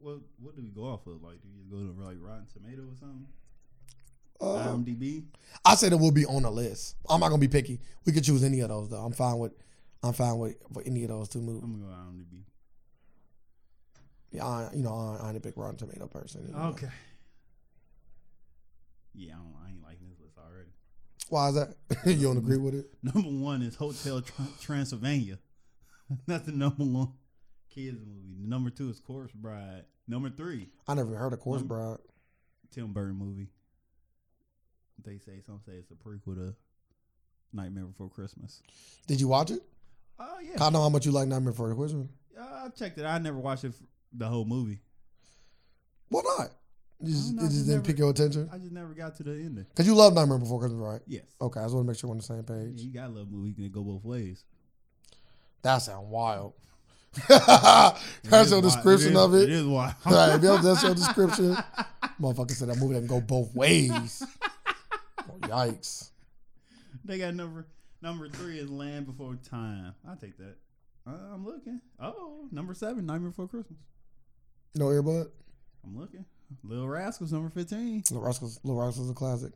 Speaker 1: What what do we go off of? Like, do you just go to like Rotten Tomato or something? Oh.
Speaker 2: Uh,
Speaker 1: IMDb.
Speaker 2: I said it will be on the list. I'm not gonna be picky. We could choose any of those though. I'm fine with, I'm fine with, with any of those two movies.
Speaker 1: I'm gonna go IMDb.
Speaker 2: Yeah, I, you know, I, I ain't a big Rotten Tomato person. you know.
Speaker 1: Okay. Yeah, I, don't, I ain't liking this list already. *laughs*
Speaker 2: Why is that? *laughs* you don't agree with it?
Speaker 1: Number one is Hotel Tr- Transylvania. *laughs* That's the number one kids movie. Number two is Corpse Bride. Number three,
Speaker 2: I never heard of Course
Speaker 1: Um,
Speaker 2: Bride.
Speaker 1: Tim Burton movie. They say some say it's a prequel to Nightmare Before Christmas.
Speaker 2: Did you watch it?
Speaker 1: Oh yeah,
Speaker 2: I know how much you like Nightmare Before Christmas.
Speaker 1: Uh, I checked it. I never watched it f- the whole movie.
Speaker 2: Why not? You just,
Speaker 1: don't know,
Speaker 2: it
Speaker 1: I
Speaker 2: just
Speaker 1: just
Speaker 2: didn't
Speaker 1: never-
Speaker 2: pick your attention.
Speaker 1: I just never got to the ending.
Speaker 2: Cause you love Nightmare Before Christmas, right?
Speaker 1: Yes.
Speaker 2: Okay, I just want to make sure we're on the same
Speaker 1: Yeah,
Speaker 2: page.
Speaker 1: you gotta love movies that go both ways.
Speaker 2: That sound wild.
Speaker 1: *laughs*
Speaker 2: that's
Speaker 1: It is
Speaker 2: your
Speaker 1: wild.
Speaker 2: description
Speaker 1: is-
Speaker 2: of it.
Speaker 1: It is wild.
Speaker 2: *laughs* Right, if that- that's your description. Motherfucker said that movie that can go both
Speaker 1: *laughs*
Speaker 2: ways. Oh, yikes.
Speaker 1: *laughs* They got number number three is Land Before Time. I take that. Uh, I'm looking. Oh, number seven, Nightmare Before Christmas.
Speaker 2: No earbud.
Speaker 1: I'm looking. Little Rascals, number fifteen.
Speaker 2: Little Rascals, Little Rascals is a classic.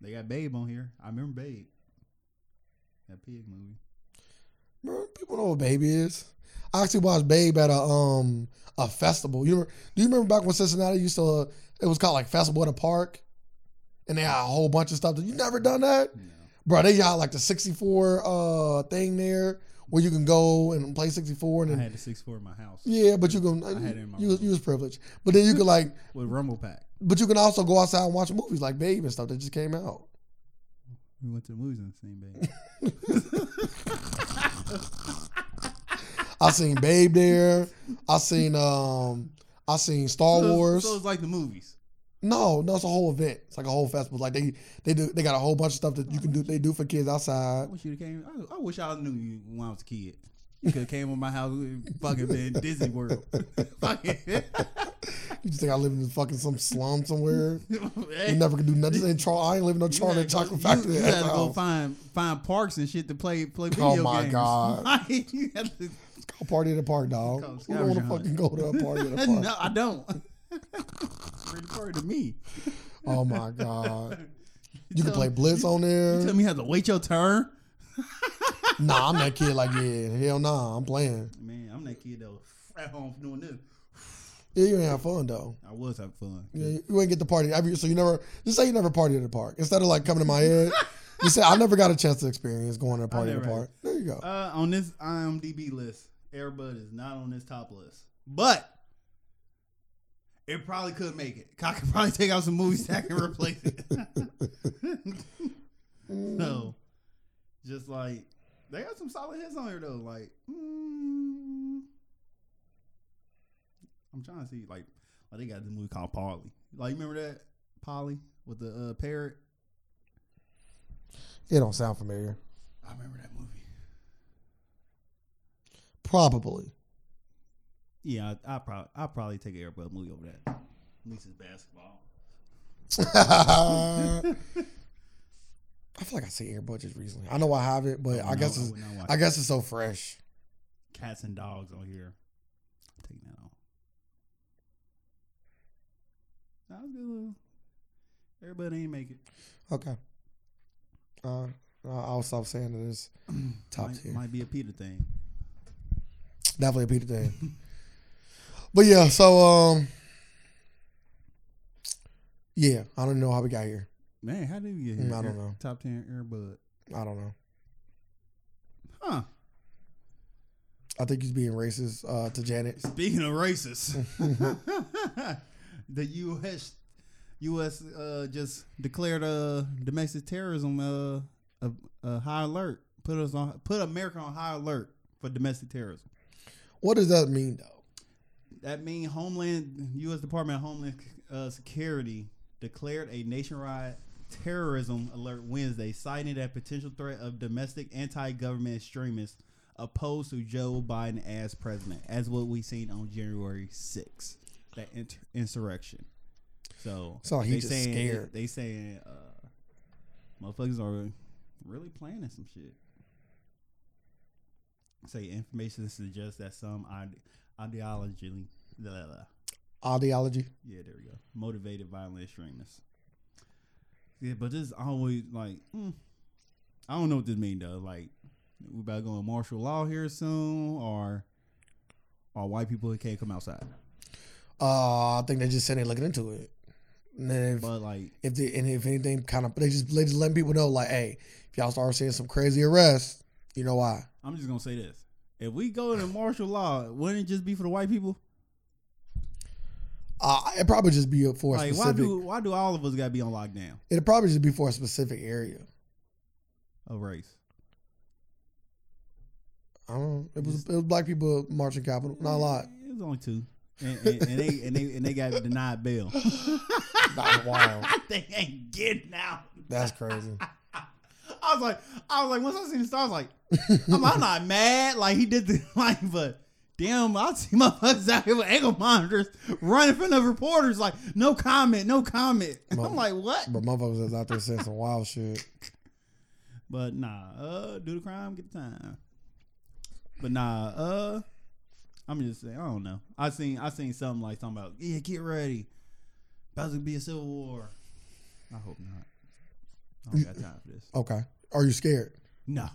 Speaker 1: They got Babe on here. I remember Babe. That pig movie.
Speaker 2: Bro, people know what Baby is. I actually watched Babe at a um a festival. You remember, do you remember back when Cincinnati used to? Uh, it was called like Festival at a Park, and they had a whole bunch of stuff. You never done that,
Speaker 1: No.
Speaker 2: bro? They got like the sixty four uh thing there where you can go and play sixty four and
Speaker 1: I
Speaker 2: then,
Speaker 1: had the six four in my house
Speaker 2: yeah, but you can
Speaker 1: had it in my
Speaker 2: you,
Speaker 1: room.
Speaker 2: you was privileged, but then you could like,
Speaker 1: with Rumble Pack.
Speaker 2: but you can also go outside and watch movies like Babe and stuff that just came out.
Speaker 1: We went to the movies on the same day.
Speaker 2: I seen Babe there. I seen um I seen Star Wars.
Speaker 1: So it's like the movies.
Speaker 2: No, no, it's a whole event. It's like a whole festival. Like they they do they got a whole bunch of stuff that you can do. They do for kids
Speaker 1: I
Speaker 2: outside.
Speaker 1: wish you came. I, I wish I knew you when I was a kid. You could have came on my house. and Fucking been Disney World. *laughs* Fucking.
Speaker 2: You just think I live in fucking some slum somewhere? You
Speaker 1: Hey.
Speaker 2: never can do nothing. This ain't Char- I ain't living no
Speaker 1: You
Speaker 2: Charlie
Speaker 1: had to go-
Speaker 2: Chocolate Factory.
Speaker 1: You, you
Speaker 2: ass
Speaker 1: had to go
Speaker 2: house.
Speaker 1: find find parks and shit to play play video
Speaker 2: Oh, my
Speaker 1: games.
Speaker 2: God.
Speaker 1: *laughs* Like, you had to- *laughs*
Speaker 2: Go party at the park, dog.
Speaker 1: Called
Speaker 2: Who don't want
Speaker 1: scavenger
Speaker 2: to
Speaker 1: hunt.
Speaker 2: fucking go to a party
Speaker 1: *laughs*
Speaker 2: at a park?
Speaker 1: no, I don't. Pretty far to me.
Speaker 2: Oh my
Speaker 1: *laughs*
Speaker 2: god. You can
Speaker 1: tell
Speaker 2: play
Speaker 1: me-
Speaker 2: Blitz on
Speaker 1: You tell
Speaker 2: there.
Speaker 1: me you have to wait your turn.
Speaker 2: Nah, I'm that kid. Like, yeah, hell nah, I'm playing.
Speaker 1: Man, I'm that kid that was at home doing this.
Speaker 2: Yeah, you ain't have fun though.
Speaker 1: I was having fun.
Speaker 2: Yeah, you ain't get the party every so you never just say you never party at the park instead of like coming to my head. you say I never got a chance to experience going to a party at the
Speaker 1: never
Speaker 2: park. There you go.
Speaker 1: Uh, on this IMDb list, Airbud is not on this top list, but it probably could make it. I could probably take out some movies that can replace it. *laughs* so, just like they got some solid hits on here though. Like, mm, I'm trying to see like, like they got the movie called Polly. Like, you remember that Polly with the uh, parrot?
Speaker 2: Mm, It don't sound familiar.
Speaker 1: I remember that movie.
Speaker 2: Probably. *laughs*
Speaker 1: Yeah, I, I probably I probably take an Airbud movie over that. At least it's basketball.
Speaker 2: Um,
Speaker 1: *laughs*
Speaker 2: I feel like I see Air Budget recently. I know I have it, but I
Speaker 1: No,
Speaker 2: guess it's
Speaker 1: would not watch
Speaker 2: I guess it's so fresh.
Speaker 1: cats and dogs on here. I'm taking that off. That was a good. Little. Everybody ain't make it.
Speaker 2: Okay. Uh, I'll stop saying that it's top
Speaker 1: might,
Speaker 2: tier.
Speaker 1: might be a Peter thing.
Speaker 2: Definitely a Peter thing. But yeah, so um, yeah, I don't know how we got here.
Speaker 1: Man, how did you get
Speaker 2: Mm,
Speaker 1: here?
Speaker 2: I don't
Speaker 1: Air-
Speaker 2: know.
Speaker 1: Top 10 earbud.
Speaker 2: I don't know.
Speaker 1: Huh.
Speaker 2: I think he's being racist uh, to Janet.
Speaker 1: Speaking of
Speaker 2: *laughs*
Speaker 1: racist, *laughs* the U.S. U.S. Uh, just declared uh, domestic terrorism uh, a, a high alert. Put us on, put America on high alert for domestic terrorism.
Speaker 2: What does that mean though?
Speaker 1: That means Homeland U.S. Department of Homeland uh, Security declared a nationwide terrorism alert Wednesday, citing a potential threat of domestic anti-government extremists opposed to Joe Biden as president, as what we seen on January 6th, that inter- insurrection. So,
Speaker 2: So he
Speaker 1: they
Speaker 2: just
Speaker 1: saying,
Speaker 2: scared.
Speaker 1: They saying uh, motherfuckers are really planning some shit say information suggests that some ide- ideology, blah, blah, blah.
Speaker 2: Ideology.
Speaker 1: yeah, there we go, motivated violent extremists. Yeah, but this is always like, mm, I don't know what this means though. Like, we about to go in martial law here soon, or or white people who can't come outside.
Speaker 2: Uh, I think they just said they looking into it. And then if,
Speaker 1: But like,
Speaker 2: if they, and if anything, kind of, they just they just letting people know like, hey, if y'all start seeing some crazy arrests, you know why?
Speaker 1: I'm just gonna say this: if we go to martial law, wouldn't it just be for the white people?
Speaker 2: Uh, it'd probably just be for a
Speaker 1: Like, why
Speaker 2: specific.
Speaker 1: do why do all of us gotta be on lockdown?
Speaker 2: it'd probably just be for a specific area.
Speaker 1: Of race.
Speaker 2: I don't. It was it was black people marching capital. Not a lot.
Speaker 1: It was only two, and, and, and they and they and they got denied
Speaker 2: *laughs*
Speaker 1: bail. *laughs*
Speaker 2: Not wild.
Speaker 1: they ain't getting out.
Speaker 2: That's crazy.
Speaker 1: *laughs* I was like, I was like, once I seen the star, I was like, I'm, I'm not mad. Like he did the *laughs* like, but damn, I see motherfuckers out here with ankle monitors running from the reporters, like no comment, no comment. *laughs* I'm like, what?
Speaker 2: But motherfuckers is out there saying some wild shit.
Speaker 1: But nah, uh, do the crime, get the time. But nah, uh, I'm just saying, I don't know. I seen I seen something like talking about, yeah, get ready, about to be a civil war. I hope not. I don't got time for this.
Speaker 2: Okay. Are you scared?
Speaker 1: No.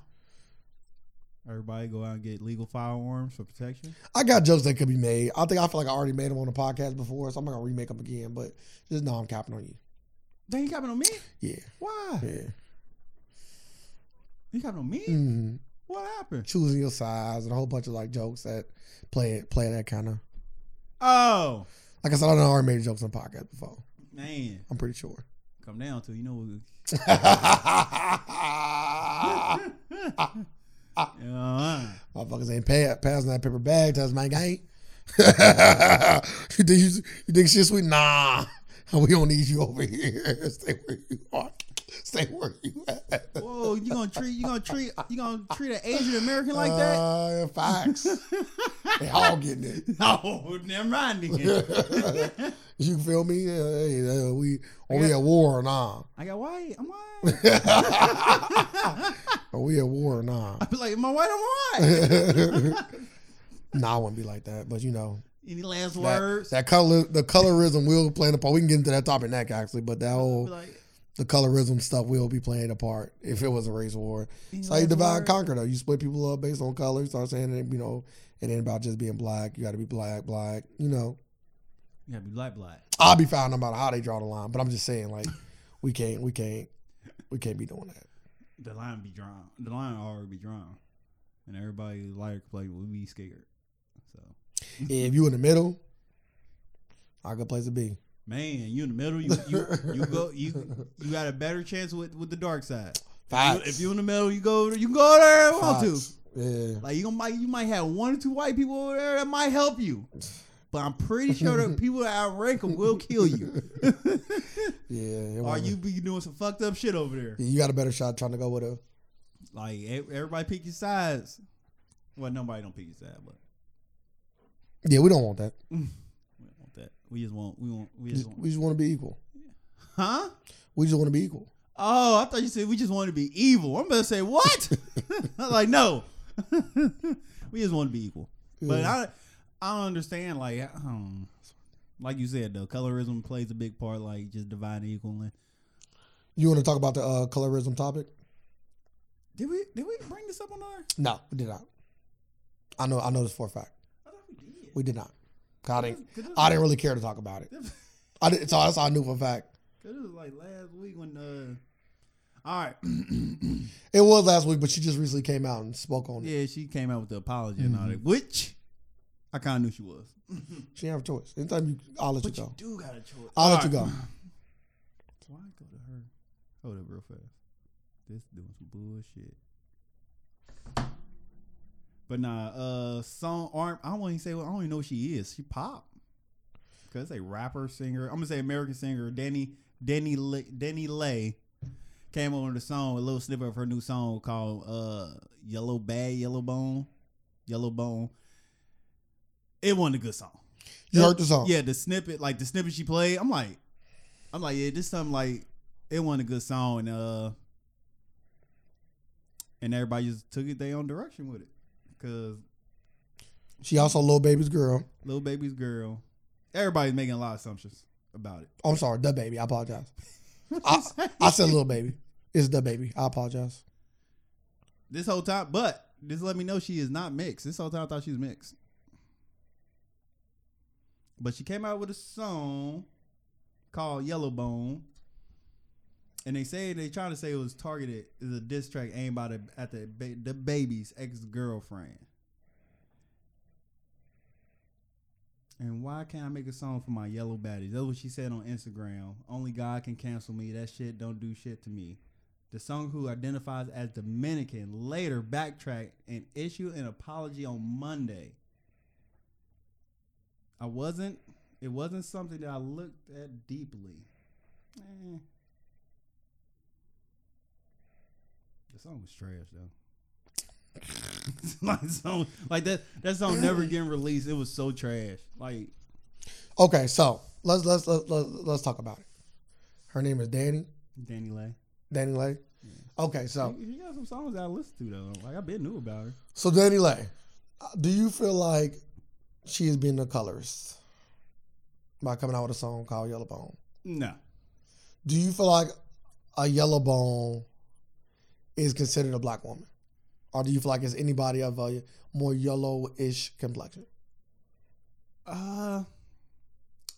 Speaker 1: Everybody go out and get legal firearms for protection.
Speaker 2: I got jokes that could be made. I think I feel like I already made them on the podcast before, so I'm not gonna remake them again. But just know I'm capping on you.
Speaker 1: They ain't capping on me.
Speaker 2: Yeah.
Speaker 1: Why?
Speaker 2: Yeah.
Speaker 1: You capping on me?
Speaker 2: hmm
Speaker 1: What happened?
Speaker 2: Choosing your size and a whole bunch of like jokes that play play that kind of.
Speaker 1: Oh
Speaker 2: Like I said, I don't know I already made jokes on the podcast before.
Speaker 1: man,
Speaker 2: I'm pretty sure. *laughs*
Speaker 1: come down to you know *laughs* what. Uh,
Speaker 2: Motherfuckers ain't pay, passing that paper bag test, my guy. *laughs* you think you, you think shit sweet? Nah, *laughs* we don't need you over here. *laughs* Stay where you are. Stay where you at.
Speaker 1: whoa, you gonna treat you gonna treat you gonna treat an Asian American like that? *laughs*
Speaker 2: Uh, facts. they all getting it.
Speaker 1: Oh, never mind. *laughs* Then.
Speaker 2: You feel me? Uh, hey, uh, we are we
Speaker 1: got-
Speaker 2: at war or nah?
Speaker 1: I got white. I'm white. *laughs*
Speaker 2: Are Oh, we at war
Speaker 1: *laughs*
Speaker 2: or nah?
Speaker 1: I be like, am I white? *laughs* I'm white.
Speaker 2: nah, I wouldn't be like that. But you know,
Speaker 1: Any last
Speaker 2: that-
Speaker 1: words?
Speaker 2: That, color, the colorism will play a part. We can get into that topic next, actually, but that
Speaker 1: Be
Speaker 2: whole
Speaker 1: like,
Speaker 2: the colorism stuff will be playing a part if it was a race war.
Speaker 1: any
Speaker 2: It's how you
Speaker 1: last
Speaker 2: divide and
Speaker 1: words?
Speaker 2: conquer, though. You split people up based on color. You Start saying, you know, it ain't about just being black. You got to be black, black. You know,
Speaker 1: You gotta be black, black.
Speaker 2: I'll be fine no matter how they draw the line. But I'm just saying, like, we can't, we can't, we can't be doing that.
Speaker 1: The line be drawn. The line already be drawn, and everybody like like we be scared. So
Speaker 2: if you in the middle, not a good place to be.
Speaker 1: man, you in the middle, you you, you go you you got a better chance with with the dark side. You-
Speaker 2: Facts.
Speaker 1: If you in the middle, you go you can go over there. If you want to.
Speaker 2: Facts. Yeah.
Speaker 1: Like you gonna might you might have one or two white people over there that might help you, but I'm pretty sure
Speaker 2: *laughs*
Speaker 1: the people that outrank them will kill you.
Speaker 2: Yeah. it
Speaker 1: or
Speaker 2: wasn't-
Speaker 1: you be doing some fucked up shit over there.
Speaker 2: You got a better shot trying to go with a
Speaker 1: Like e- everybody pick your sides. Well, nobody don't pick your side, but
Speaker 2: Yeah, we don't want that.
Speaker 1: we don't want that. We just want we want we just want.
Speaker 2: We just want to be equal.
Speaker 1: Huh?
Speaker 2: We just want to be equal.
Speaker 1: Oh, I thought you said we just want to be evil. I'm gonna say what? I'm like no, *laughs* we just want to be equal. But
Speaker 2: Yeah.
Speaker 1: I, I don't understand. Like, I don't- like you said though, colorism plays a big part. Like just dividing equally.
Speaker 2: You want to talk about the uh, colorism topic?
Speaker 1: Did we did we bring this up on our?
Speaker 2: No, we did not. I know. I know this for a fact.
Speaker 1: I thought we did.
Speaker 2: We did not. I didn't, I didn't really care to
Speaker 1: *laughs*
Speaker 2: talk about it. I didn't, so that's all I knew for a fact.
Speaker 1: Cause it was like last week when uh, all right, *clears throat*
Speaker 2: It was last week, but she just recently came out and spoke on it.
Speaker 1: yeah, she came out with the apology and all that, which I kind of knew she was.
Speaker 2: She didn't have a choice. Anytime you, I'll let
Speaker 1: But
Speaker 2: you
Speaker 1: you
Speaker 2: go.
Speaker 1: do got a choice.
Speaker 2: I'll let
Speaker 1: All
Speaker 2: you
Speaker 1: right.
Speaker 2: go.
Speaker 1: Why go to her? Hold up real fast. This doing some bullshit. But nah, uh, song arm. I won't even say. Well, I don't even know what she is. She pop. Cause a rapper, singer. I'm gonna say American singer. Danny, Danny, Le, Danny Lay came on the song a little snippet of her new song called uh "Yellow Bad Yellow Bone." Yellow Bone. It wasn't a good song.
Speaker 2: You heard the song.
Speaker 1: Yeah, the snippet, like the snippet she played, I'm like, I'm like, yeah, this something like it wasn't a good song, and uh, and everybody just took it their own direction with it, cause
Speaker 2: She also Lil Baby's girl.
Speaker 1: little baby's girl, everybody's making a lot of assumptions about it.
Speaker 2: I'm sorry, the baby. I apologize.
Speaker 1: *laughs*
Speaker 2: I, I said little baby. It's the baby. I apologize.
Speaker 1: This whole time, but just let me know she is not mixed. This whole time I thought she was mixed, but she came out with a song called Yellow Bone. and they say they try to say it was targeted is a diss track aimed by the at the ba- the baby's ex girlfriend. And why can't I make a song for my yellow baddies? That's what she said on Instagram. Only God can cancel me. That shit don't do shit to me. The song who identifies as Dominican later backtracked and issued an apology on Monday. I wasn't. It wasn't something that I looked at deeply. Eh. The song was trash though. *laughs* like the song, like that that song never getting released. It was so trash. Like
Speaker 2: Okay, so let's let's let's let's, let's talk about it. Her name is Danny.
Speaker 1: Danny Lay.
Speaker 2: Danny Lay.
Speaker 1: Mm-hmm.
Speaker 2: Okay, so
Speaker 1: She, she got some songs that I listen to though. Like I been knew about her.
Speaker 2: so Danny Lay, uh, do you feel like she is being a colorist by coming out with a song called Yellow Bone?
Speaker 1: No.
Speaker 2: Do you feel like a Yellow Bone is considered a black woman, or do you feel like it's anybody of a more yellowish complexion?
Speaker 1: Uh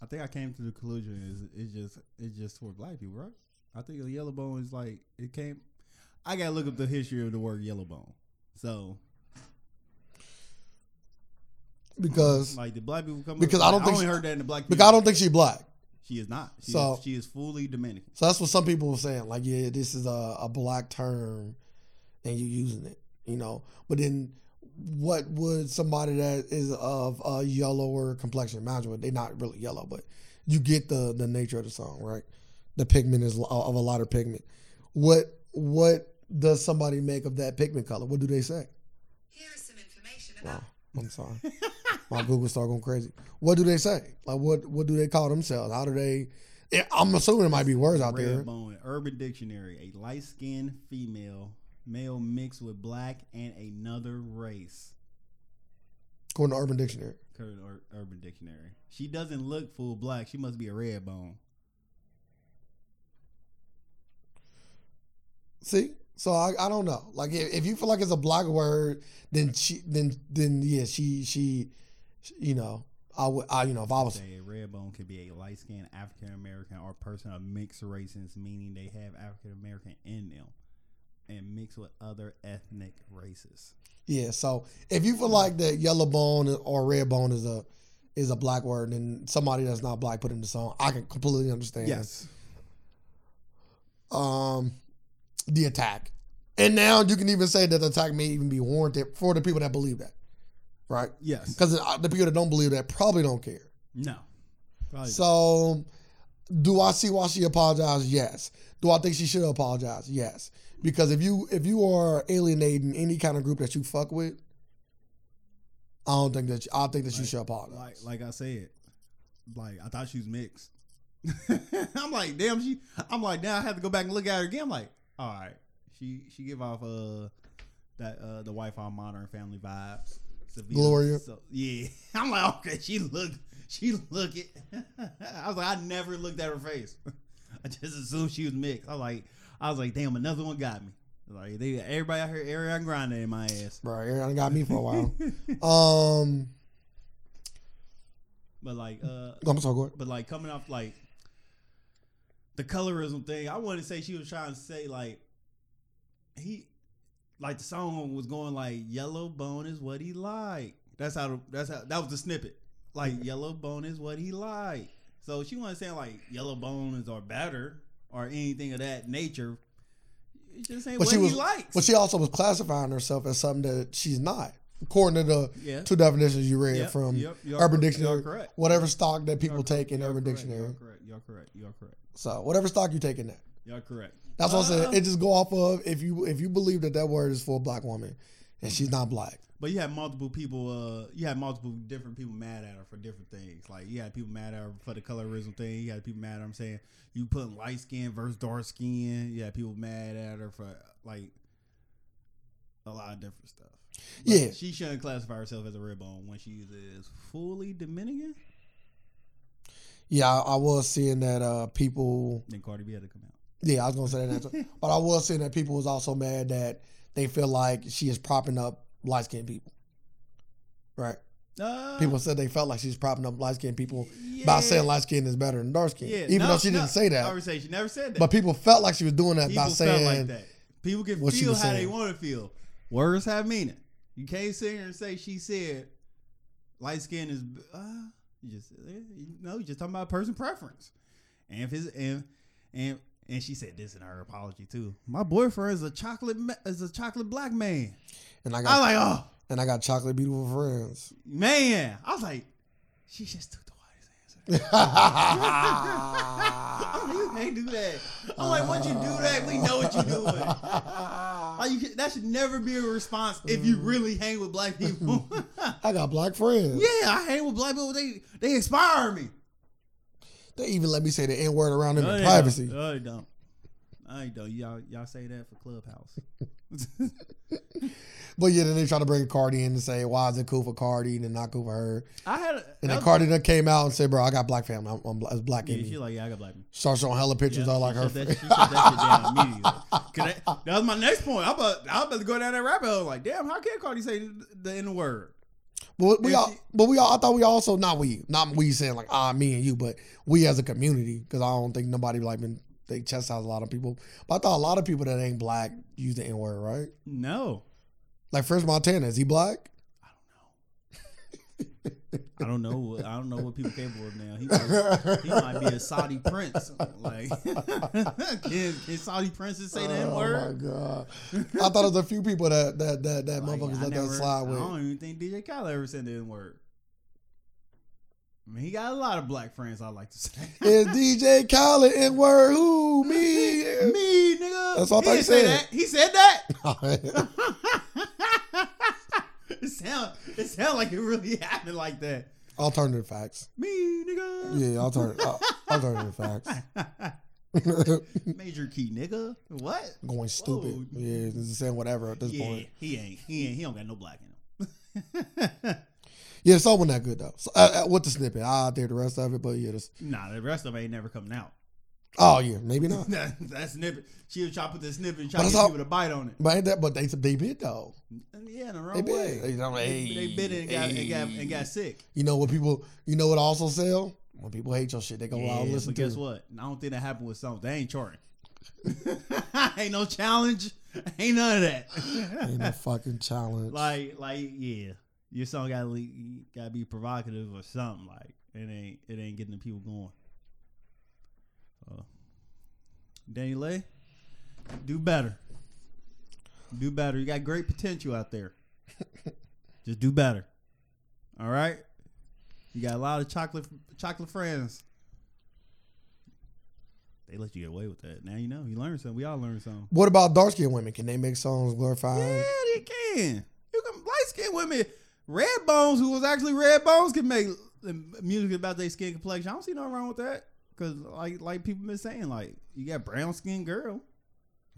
Speaker 1: I think I came to the conclusion is it's just it's just for black people, right? I think the yellow bone is like it came I gotta look up the history of the word yellow bone. So
Speaker 2: Because
Speaker 1: like the black people come
Speaker 2: Because
Speaker 1: up,
Speaker 2: I don't
Speaker 1: I
Speaker 2: think
Speaker 1: only
Speaker 2: she-
Speaker 1: heard that in the black
Speaker 2: because I
Speaker 1: community.
Speaker 2: don't think she's black.
Speaker 1: she is not. She
Speaker 2: So-
Speaker 1: is, she is fully Dominican.
Speaker 2: So that's what some people were saying. Like, yeah, this is a, a black term and you using it, you know. But then what would somebody that is of a yellower complexion, mind you, they're not really yellow, but you get the the nature of the song, right? The pigment is lo- of a lighter pigment. What what does somebody make of that pigment color? What do they say?
Speaker 3: Here is some information
Speaker 2: Wow,
Speaker 3: about
Speaker 2: I'm sorry. My Google started going crazy. What do they say? Like, what what do they call themselves? How do they? Yeah, I'm assuming it might be words out there.
Speaker 1: Red bone, Urban Dictionary, a light skinned female, male mixed with black and another race.
Speaker 2: According to Urban Dictionary.
Speaker 1: Current Ur- Urban Dictionary. She doesn't look full black. She must be a red bone.
Speaker 2: See, so I, I don't know. Like if, if you feel like it's a black word, then she then then yeah she she, she- you know I would I you know if I was
Speaker 1: Say a red bone could be a light skinned African American or person of mixed races, meaning they have African American in them and mixed with other ethnic races.
Speaker 2: yeah so if you feel like that yellow bone or red bone is a is a black word and somebody that's not black put in the song I can completely understand um the attack and now you can even say that the attack may even be warranted for the people that believe that right
Speaker 1: Yes.
Speaker 2: because the people that don't believe that probably don't care
Speaker 1: No. Probably
Speaker 2: So, do I see why she apologized? Yes. Do I think she should apologize? Yes. Because if you if you are alienating any kind of group that you fuck with, I don't think that you, I think that you
Speaker 1: Like-
Speaker 2: should apologize.
Speaker 1: like like I said, like I thought she was mixed. *laughs* I'm like, damn, she. I'm like, now I have to go back and look at her again. I'm like, all right, she she give off uh that uh the wife on modern family vibes. Sevilla.
Speaker 2: Gloria.
Speaker 1: So, yeah, *laughs* I'm like, okay, she look, she look it. *laughs* I was like, I never looked at her face. *laughs* I just assumed she was mixed. I was like, I was like, damn, another one got me. Like they, everybody out here, Ariana Grande in my ass.
Speaker 2: Bro, Aaron got me for a while. um,
Speaker 1: But like, uh,
Speaker 2: I'm sorry, go ahead.
Speaker 1: but like coming off like the colorism thing, I wouldn't say she was trying to say like he like the song was going like yellow bone is what he like. That's how that's how that was the snippet. Like
Speaker 2: Mm-hmm.
Speaker 1: yellow bone is what he like. So she wasn't saying like yellow bones are better or anything of that nature. It's just saying
Speaker 2: But
Speaker 1: what
Speaker 2: she was,
Speaker 1: he likes.
Speaker 2: but she also was classifying herself as something that she's not, according to the
Speaker 1: Yeah.
Speaker 2: two definitions you read
Speaker 1: Yep,
Speaker 2: from
Speaker 1: yep, you are
Speaker 2: Urban
Speaker 1: cor- you are
Speaker 2: Dictionary,
Speaker 1: correct.
Speaker 2: whatever stock that people
Speaker 1: You're
Speaker 2: take in
Speaker 1: you're
Speaker 2: Urban
Speaker 1: correct,
Speaker 2: Dictionary.
Speaker 1: You're correct. You're correct. You're correct.
Speaker 2: So whatever stock you take in that.
Speaker 1: You're correct.
Speaker 2: That's what I'm
Speaker 1: Uh,
Speaker 2: saying. It just go off of if you if you believe that that word is for a black woman, and she's not black.
Speaker 1: But you had multiple people. Uh, you had multiple different people mad at her for different things. Like you had people mad at her for the colorism thing. You had people mad. At her, I'm saying you putting light skin versus dark skin. You had people mad at her for like a lot of different stuff. Like,
Speaker 2: Yeah.
Speaker 1: she shouldn't classify herself as a red bone when she is fully Dominican.
Speaker 2: Yeah, I, I was seeing that uh, people.
Speaker 1: Then Cardi B had to come out.
Speaker 2: Yeah, I was gonna say that, after,
Speaker 1: *laughs*
Speaker 2: but I was seeing that people was also mad that they feel like she is propping up light skinned people. Right?
Speaker 1: Uh,
Speaker 2: People said they felt like she's propping up light skinned people by
Speaker 1: yeah,
Speaker 2: saying light skin is better than dark skin,
Speaker 1: yeah,
Speaker 2: even
Speaker 1: no,
Speaker 2: though she
Speaker 1: no,
Speaker 2: didn't say
Speaker 1: I
Speaker 2: that.
Speaker 1: would say she never said that.
Speaker 2: But people felt like she was doing that
Speaker 1: people
Speaker 2: by
Speaker 1: felt like
Speaker 2: saying,
Speaker 1: that. People can
Speaker 2: what she
Speaker 1: feel
Speaker 2: was
Speaker 1: how they
Speaker 2: saying.
Speaker 1: want to feel. Words have meaning. You can't sit here and say she said light skin is. b- Uh, you just you know, you just talking about person preference. And if it's and and and she said this in her apology too. My boyfriend is a chocolate ma- is a chocolate black man.
Speaker 2: and I
Speaker 1: I
Speaker 2: got
Speaker 1: was like, oh
Speaker 2: and I got chocolate beautiful
Speaker 1: *laughs*
Speaker 2: friends. *laughs*
Speaker 1: man. I was like, she just took the whitest answer. I'm like, you can't do that. I'm like, once you do that, we know what you're doing. Like you, that should never be a response if you really hang with black people. *laughs* yeah,
Speaker 2: I got black friends.
Speaker 1: I hang with black people. They they inspire me.
Speaker 2: They even let me say the N word around them
Speaker 1: Oh,
Speaker 2: in privacy.
Speaker 1: No, they don't. I don't. Y'all y'all say that for Clubhouse.
Speaker 2: But yeah, then they try to bring Cardi in and say, why is it cool for Cardi and not cool for her?
Speaker 1: I had a,
Speaker 2: And
Speaker 1: that
Speaker 2: then
Speaker 1: was-
Speaker 2: Cardi done came out and said, bro, I got black family. I'm, I'm black, it's black in
Speaker 1: Yeah,
Speaker 2: me.
Speaker 1: she like yeah, I got black. people.
Speaker 2: Starts showing hella pictures
Speaker 1: Yeah,
Speaker 2: of like
Speaker 1: she
Speaker 2: her.
Speaker 1: shut that, she shut that shit down *laughs* immediately. 'Cause that, that was my next point. I'm about, I'm about to go down that rabbit hole. Like, damn, how can Cardi say the, the N word?
Speaker 2: But we
Speaker 1: And
Speaker 2: all,
Speaker 1: she-
Speaker 2: but we all, I thought we also not we, not we saying like ah me and you, but we as a community because I don't think nobody like been they chastise a lot of people. But I thought a lot of people that ain't black use the N word, right?
Speaker 1: No,
Speaker 2: Like French Montana, is he black?
Speaker 1: I don't know. what- I don't know what people capable of now. He might, he might be a Saudi prince. Like, *laughs* can, can Saudi princes say that
Speaker 2: oh
Speaker 1: word? *laughs*
Speaker 2: my god! I thought it was a few people that that that that
Speaker 1: Like,
Speaker 2: motherfuckers
Speaker 1: I
Speaker 2: let
Speaker 1: never-
Speaker 2: that slide
Speaker 1: I
Speaker 2: with.
Speaker 1: don't even think DJ Khaled ever said the N word. I mean, he got a lot of black friends. I like to
Speaker 2: *laughs*
Speaker 1: say.
Speaker 2: Is DJ Khaled N word? Who
Speaker 1: *laughs*
Speaker 2: me?
Speaker 1: Me, nigga.
Speaker 2: That's what I
Speaker 1: he
Speaker 2: thought
Speaker 1: didn't
Speaker 2: you
Speaker 1: say
Speaker 2: said.
Speaker 1: that. He said that. *laughs*
Speaker 2: I
Speaker 1: it sound. It sound like it really *laughs* happened like that.
Speaker 2: Alternative facts.
Speaker 1: Me, nigga.
Speaker 2: Yeah, alternative. alternative facts.
Speaker 1: *laughs*
Speaker 2: *laughs*
Speaker 1: Major key, nigga. What?
Speaker 2: Going stupid.
Speaker 1: Whoa.
Speaker 2: Yeah, just saying whatever at this
Speaker 1: yeah,
Speaker 2: point.
Speaker 1: he ain't. He ain't. He don't got no black in him.
Speaker 2: Yeah, the song wasn't that good though. So, uh, uh, with the snippet, I did the rest of it, but yeah, this,
Speaker 1: nah, the rest of it ain't never coming out. *laughs*
Speaker 2: oh yeah, maybe not.
Speaker 1: that, that snippet. She was trying to put the snippet and try to
Speaker 2: But
Speaker 1: get
Speaker 2: it's all-
Speaker 1: people to bite on it.
Speaker 2: But ain't that, but they they bit though.
Speaker 1: And yeah, in the
Speaker 2: They
Speaker 1: wrong
Speaker 2: bit. They,
Speaker 1: way.
Speaker 2: don't-
Speaker 1: They,
Speaker 2: hey,
Speaker 1: they bit it and got, and got and
Speaker 2: hey.
Speaker 1: got sick.
Speaker 2: You know what people? You know what also sell? When people hate your shit, they go out and
Speaker 1: Yeah,
Speaker 2: Oh, listen
Speaker 1: but
Speaker 2: to.
Speaker 1: guess
Speaker 2: it.
Speaker 1: what? I don't think that happened with something. They ain't charting. *laughs* ain't no challenge. *laughs* Ain't none of *laughs* that.
Speaker 2: Ain't no fucking
Speaker 1: *laughs*
Speaker 2: challenge.
Speaker 1: like like yeah, your song got to got to be provocative or something. Like it ain't it ain't getting the people going. Uh, Danny Lay, do better. Do better. You got great potential out there. Just do better. All right. You got a lot of chocolate chocolate friends. They let you get away with that. Now you know. You learn something. We all learn something.
Speaker 2: what about dark skinned women? Can they make songs glorifying?
Speaker 1: Yeah, they can. You can light skinned women, red bones who was actually red bones can make music about their skin complexion. I don't see nothing wrong with that. Cause like like people been saying, like you got brown skinned girl,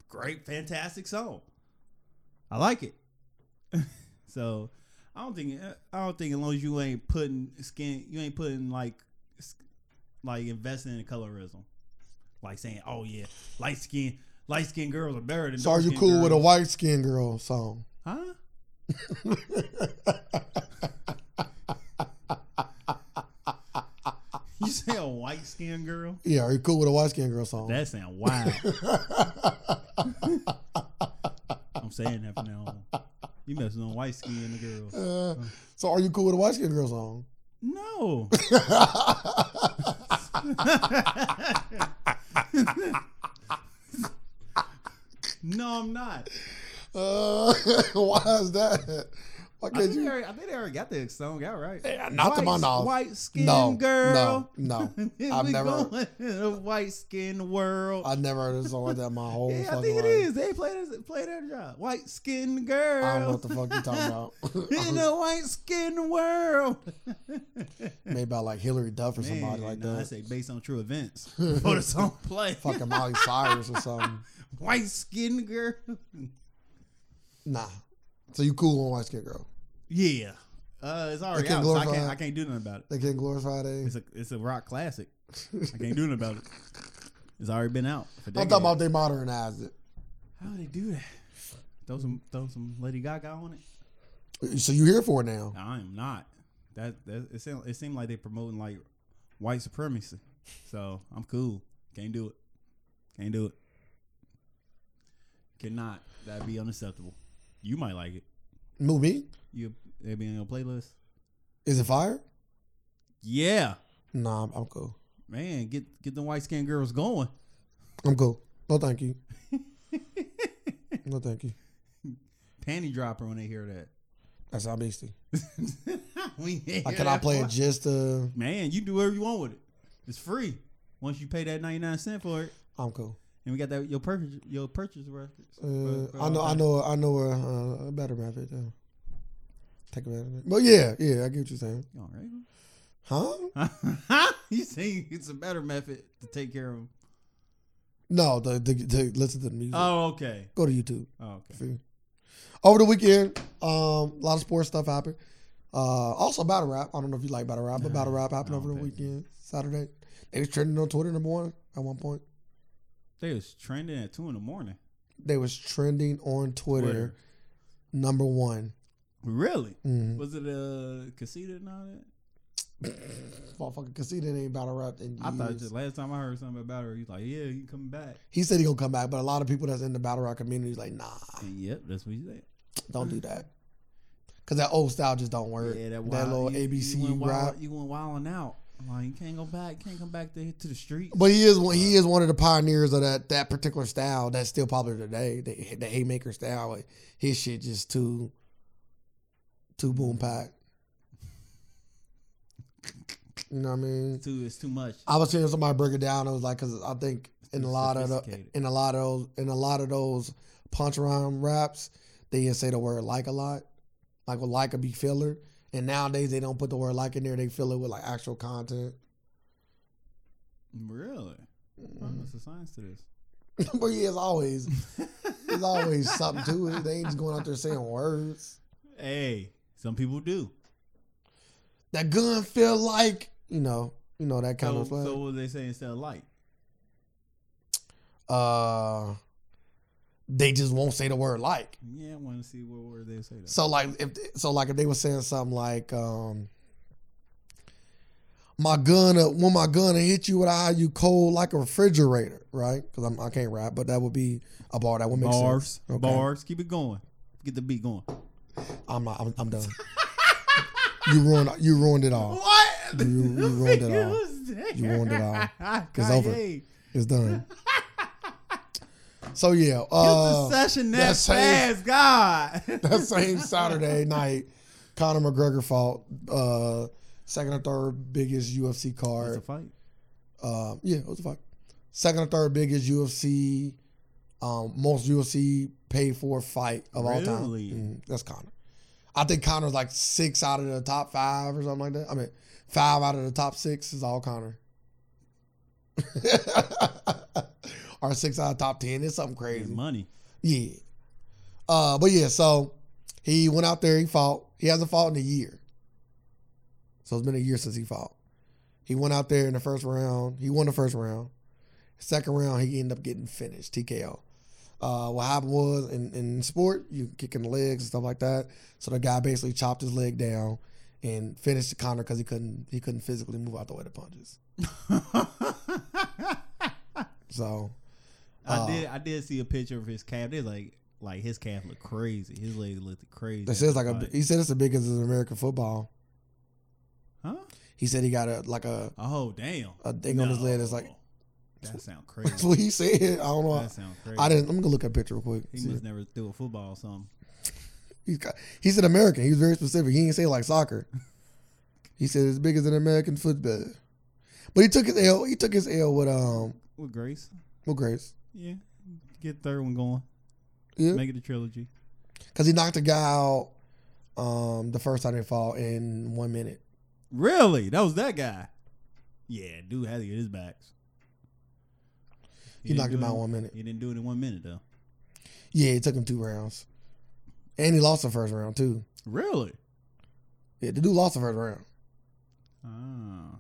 Speaker 1: great, fantastic song. I like it. *laughs* so I don't think I don't think as long as you ain't putting skin, you ain't putting like s- like investing in colorism, like saying, oh yeah, light skin light skinned girls are better than.
Speaker 2: So are you
Speaker 1: dark-skinned
Speaker 2: cool with a
Speaker 1: girls."
Speaker 2: white skinned girl song? *laughs*
Speaker 1: Huh? white skinned girl.
Speaker 2: Yeah, are you cool with a white skin girl
Speaker 1: *laughs*
Speaker 2: song?
Speaker 1: That sound wild. I'm saying that from now on. You messing on white skinned girls.
Speaker 2: Uh, *laughs* so are you cool with a white skin girl song?
Speaker 1: No. *laughs* no, I'm not.
Speaker 2: Uh, *laughs* why is that? Why
Speaker 1: I
Speaker 2: can't
Speaker 1: think, they
Speaker 2: you?
Speaker 1: already, I think they already got the song out right.
Speaker 2: Yeah, Not to my
Speaker 1: White-
Speaker 2: knowledge.
Speaker 1: White skinned
Speaker 2: no,
Speaker 1: girl. *laughs*
Speaker 2: no, no.
Speaker 1: We
Speaker 2: I've never,
Speaker 1: going in a white skinned world.
Speaker 2: I've never heard a song like that my whole
Speaker 1: yeah, I
Speaker 2: fucking
Speaker 1: think it
Speaker 2: life.
Speaker 1: is. They play this, play their job. White skinned girl.
Speaker 2: I don't know what the fuck you talking
Speaker 1: *laughs*
Speaker 2: about. *laughs*
Speaker 1: in a white skinned *laughs* world.
Speaker 2: Maybe about like Hillary Duff or somebody like
Speaker 1: nah, I
Speaker 2: that.
Speaker 1: say based on true events. For the
Speaker 2: *laughs*
Speaker 1: song play.
Speaker 2: Fucking Molly Cyrus or something.
Speaker 1: White skinned girl.
Speaker 2: Nah. So you cool on white skin girl?
Speaker 1: Yeah. Uh, it's already
Speaker 2: They can't
Speaker 1: out, so I can't,
Speaker 2: glorify-
Speaker 1: I can't do nothing about it.
Speaker 2: They eh? can't glorify
Speaker 1: It's
Speaker 2: they.
Speaker 1: a it's a rock classic. I can't do nothing about it. It's already been out for
Speaker 2: I'm
Speaker 1: decades.
Speaker 2: talking about they modernized it.
Speaker 1: How do they do that? Throw some throw some Lady Gaga on it.
Speaker 2: So you here for it now?
Speaker 1: I am not. That that it seemed it seemed like they promoting like white supremacy. So I'm cool. Can't do it. Can't do it. Cannot. That'd be unacceptable. You might like it.
Speaker 2: Move me?
Speaker 1: You it'd be on your playlist.
Speaker 2: Is it fire?
Speaker 1: Yeah.
Speaker 2: Nah, I'm- I'm cool.
Speaker 1: Man, get get the white skinned girls going.
Speaker 2: I'm cool. No,
Speaker 1: *laughs*
Speaker 2: thank you. no, thank you.
Speaker 1: Panty dropper when they *laughs* hear
Speaker 2: That's how beastie.
Speaker 1: that. we ain't
Speaker 2: I
Speaker 1: hear
Speaker 2: cannot
Speaker 1: that
Speaker 2: play
Speaker 1: part.
Speaker 2: it just. Uh,
Speaker 1: Man, you do whatever you want with it. It's free. Once you pay that ninety nine cent for it,
Speaker 2: I'm cool.
Speaker 1: and we got that your purchase your purchase records.
Speaker 2: Uh,
Speaker 1: for- for
Speaker 2: I
Speaker 1: all
Speaker 2: know. I
Speaker 1: time.
Speaker 2: know. I know. Uh, a better rabbit. Uh, take a better. rabbit. But yeah, yeah. I get what you're saying.
Speaker 1: You All right.
Speaker 2: Huh?
Speaker 1: *laughs* you think it's a better method to take care of them?
Speaker 2: No. The, the, the listen to the music.
Speaker 1: Oh, okay.
Speaker 2: Go to YouTube.
Speaker 1: Oh, okay.
Speaker 2: See. Over the weekend, um, a lot of sports stuff happened. Uh, also battle rap. I don't know if you like battle rap, but
Speaker 1: Nah,
Speaker 2: battle rap
Speaker 1: *laughs*
Speaker 2: happened
Speaker 1: I
Speaker 2: over the
Speaker 1: don't think so.
Speaker 2: weekend, Saturday. They was trending on Twitter number one at one point.
Speaker 1: They was trending at two in the morning.
Speaker 2: They was trending on Twitter,
Speaker 1: Twitter.
Speaker 2: number one.
Speaker 1: Really? *laughs*
Speaker 2: Mm.
Speaker 1: Was it a casita and all that?
Speaker 2: Motherfucker, cause he didn't ain't battle rap in years.
Speaker 1: I thought just last time I heard something about her, he's like, "Yeah, you coming back?"
Speaker 2: he said he gonna come back, but a lot of people that's in the battle rap community is like, nah,
Speaker 1: And yep, that's what he said.
Speaker 2: don't do that, cause that old style just don't work.
Speaker 1: Yeah, that,
Speaker 2: that,
Speaker 1: wild,
Speaker 2: little
Speaker 1: you-
Speaker 2: ABC
Speaker 1: you went
Speaker 2: rap.
Speaker 1: Wild, you went wilding out. Like you can't go back. Can't come back to to the streets.
Speaker 2: But he is one. He is one of the pioneers of that that particular style that's still popular today. The, the haymaker style. Like, His shit just too, too boom packed. You know what I mean?
Speaker 1: It's too it's too much.
Speaker 2: I was hearing somebody break it down. I was like, because I think in a lot of the,
Speaker 1: Sophisticated.
Speaker 2: in a lot of those in a lot of those punch rhyme raps, they didn't say the word like a lot. Like would like a be filler, and nowadays they don't put the word like in there. They fill it with like actual content.
Speaker 1: Really?
Speaker 2: Mm-hmm.
Speaker 1: Oh, What's the science to this?
Speaker 2: *laughs* but yeah, as always. There's always something to it. They ain't just going out there saying words.
Speaker 1: Hey, some people do.
Speaker 2: That gun feel like you know, you know that kind
Speaker 1: So,
Speaker 2: of play.
Speaker 1: so what they say instead of light?
Speaker 2: uh, they just won't say the word like.
Speaker 1: Yeah, I want to see what word they say. That.
Speaker 2: So like if so like if they were saying something like um, my gun uh, when my gun hit you with an eye you cold like a refrigerator, right? Because I'm I can't rap, but that would be a bar that would make sense.
Speaker 1: bars,
Speaker 2: Okay. Uh,
Speaker 1: bars. Keep it going. Get the beat going.
Speaker 2: I'm not, I'm, I'm done. *laughs* you ruined you ruined it all.
Speaker 1: What? *laughs*
Speaker 2: You- you ruined it all.
Speaker 1: You
Speaker 2: You ruined
Speaker 1: *laughs*
Speaker 2: it all.
Speaker 1: It's
Speaker 2: It's over. It's done. so yeah,
Speaker 1: the
Speaker 2: uh,
Speaker 1: session that
Speaker 2: that's safe.
Speaker 1: fast,
Speaker 2: *laughs*
Speaker 1: God.
Speaker 2: that same Saturday night, Conor McGregor fought uh, second or third biggest UFC
Speaker 1: It's a
Speaker 2: card.
Speaker 1: fight.
Speaker 2: Uh, yeah, it was a fight. Second or third biggest UFC, um, most UFC paid for fight of all time.
Speaker 1: Really?
Speaker 2: Mhm, that's Conor. I think Conor's like six out of the top five or something like that. I mean, five out of the top six is all Conor. *laughs* or six out of the top ten. It's something
Speaker 1: It's
Speaker 2: crazy.
Speaker 1: money. *laughs*
Speaker 2: Yeah. Uh, but yeah, so he went out there, he fought. He hasn't fought in a year. So it's been a year since he fought. He went out there in the first round. He won the first round. Second round, he ended up getting finished, TKO. Uh, what happened was in, in sport, you kick in the legs and stuff like that. So the guy basically chopped his leg down and finished Connor because he couldn't he couldn't physically move out the way the punches. So
Speaker 1: I
Speaker 2: Uh,
Speaker 1: did. I did see a picture of his calf. They like like his calf looked crazy. His leg looked crazy.
Speaker 2: this is like a. He said it's the biggest in American football.
Speaker 1: huh?
Speaker 2: He said he got a like a
Speaker 1: Oh damn!
Speaker 2: a thing on his leg. It's like
Speaker 1: No. that sound
Speaker 2: *laughs* that's
Speaker 1: crazy.
Speaker 2: what he said. I don't know.
Speaker 1: that sound crazy.
Speaker 2: I didn't. I'm gonna look at a picture real quick.
Speaker 1: He
Speaker 2: See.
Speaker 1: must never threw a football or something.
Speaker 2: He's got, he's an American. He was very specific. He didn't say like soccer. He said as big as an American football. But he took his L. He took his L with um
Speaker 1: With Grace,
Speaker 2: with grace.
Speaker 1: yeah. Get the third one going.
Speaker 2: Yeah,
Speaker 1: Make it a trilogy.
Speaker 2: because he knocked a guy out um the first time they fought in one minute.
Speaker 1: Really? That was that guy. Yeah, dude had to get his backs.
Speaker 2: He,
Speaker 1: didn't
Speaker 2: knocked
Speaker 1: do
Speaker 2: him
Speaker 1: it
Speaker 2: out
Speaker 1: in-
Speaker 2: one minute.
Speaker 1: He didn't do it in one minute though.
Speaker 2: Yeah, it took him two rounds, and he lost the first round too.
Speaker 1: Really?
Speaker 2: Yeah, the dude lost the first round.
Speaker 1: Ah.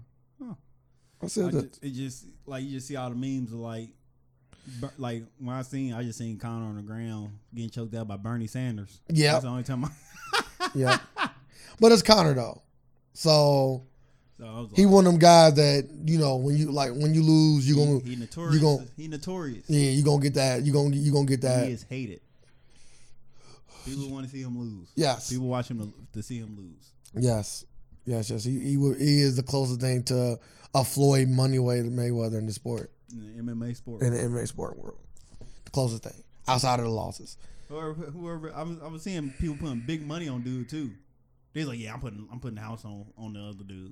Speaker 2: I said
Speaker 1: I
Speaker 2: that.
Speaker 1: ju- it just like you just see all the memes of like, Ber- like when I seen, I just seen Connor on the ground getting choked out by Bernie Sanders.
Speaker 2: Yep.
Speaker 1: that's the only time I. *laughs*
Speaker 2: yeah, but it's Connor though. So
Speaker 1: So I was like,
Speaker 2: he one of them guys that you know when you like when you lose you gonna
Speaker 1: he, he notorious.
Speaker 2: gonna-
Speaker 1: he notorious.
Speaker 2: yeah you gonna get that you gonna you gonna get
Speaker 1: He
Speaker 2: that
Speaker 1: is hated. People want to see him lose.
Speaker 2: yes
Speaker 1: People watch him to, to see him lose.
Speaker 2: yes yes yes he he, wa- he is the closest thing to a Floyd Moneyweather Mayweather in the sport
Speaker 1: In the MMA sport.
Speaker 2: in the MMA sport world the closest thing outside of the losses
Speaker 1: or whoever I was, I was seeing people putting big money on dude too. They was like, yeah, I'm putting I'm putting the house on on the other dude.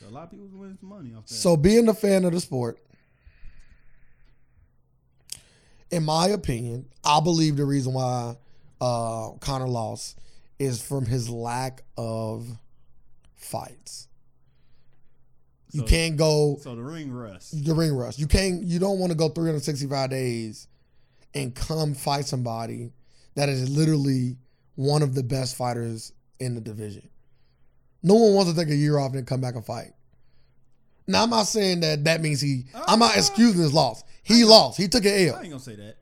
Speaker 1: So a lot of people was winning some money off that.
Speaker 2: so being a fan of the sport in my opinion I believe the reason why uh, Connor lost is from his lack of fights. You
Speaker 1: So-
Speaker 2: can't go
Speaker 1: so the ring rust.
Speaker 2: the ring rust. You can't. You don't want to go 365 days and come fight somebody that is literally one of the best fighters in the division. No one wants to take a year off and then come back and fight. Now I'm not saying that that means he. I'm
Speaker 1: Uh-huh.
Speaker 2: not excusing his loss. He lost. He took an
Speaker 1: I
Speaker 2: L.
Speaker 1: ain't gonna say that.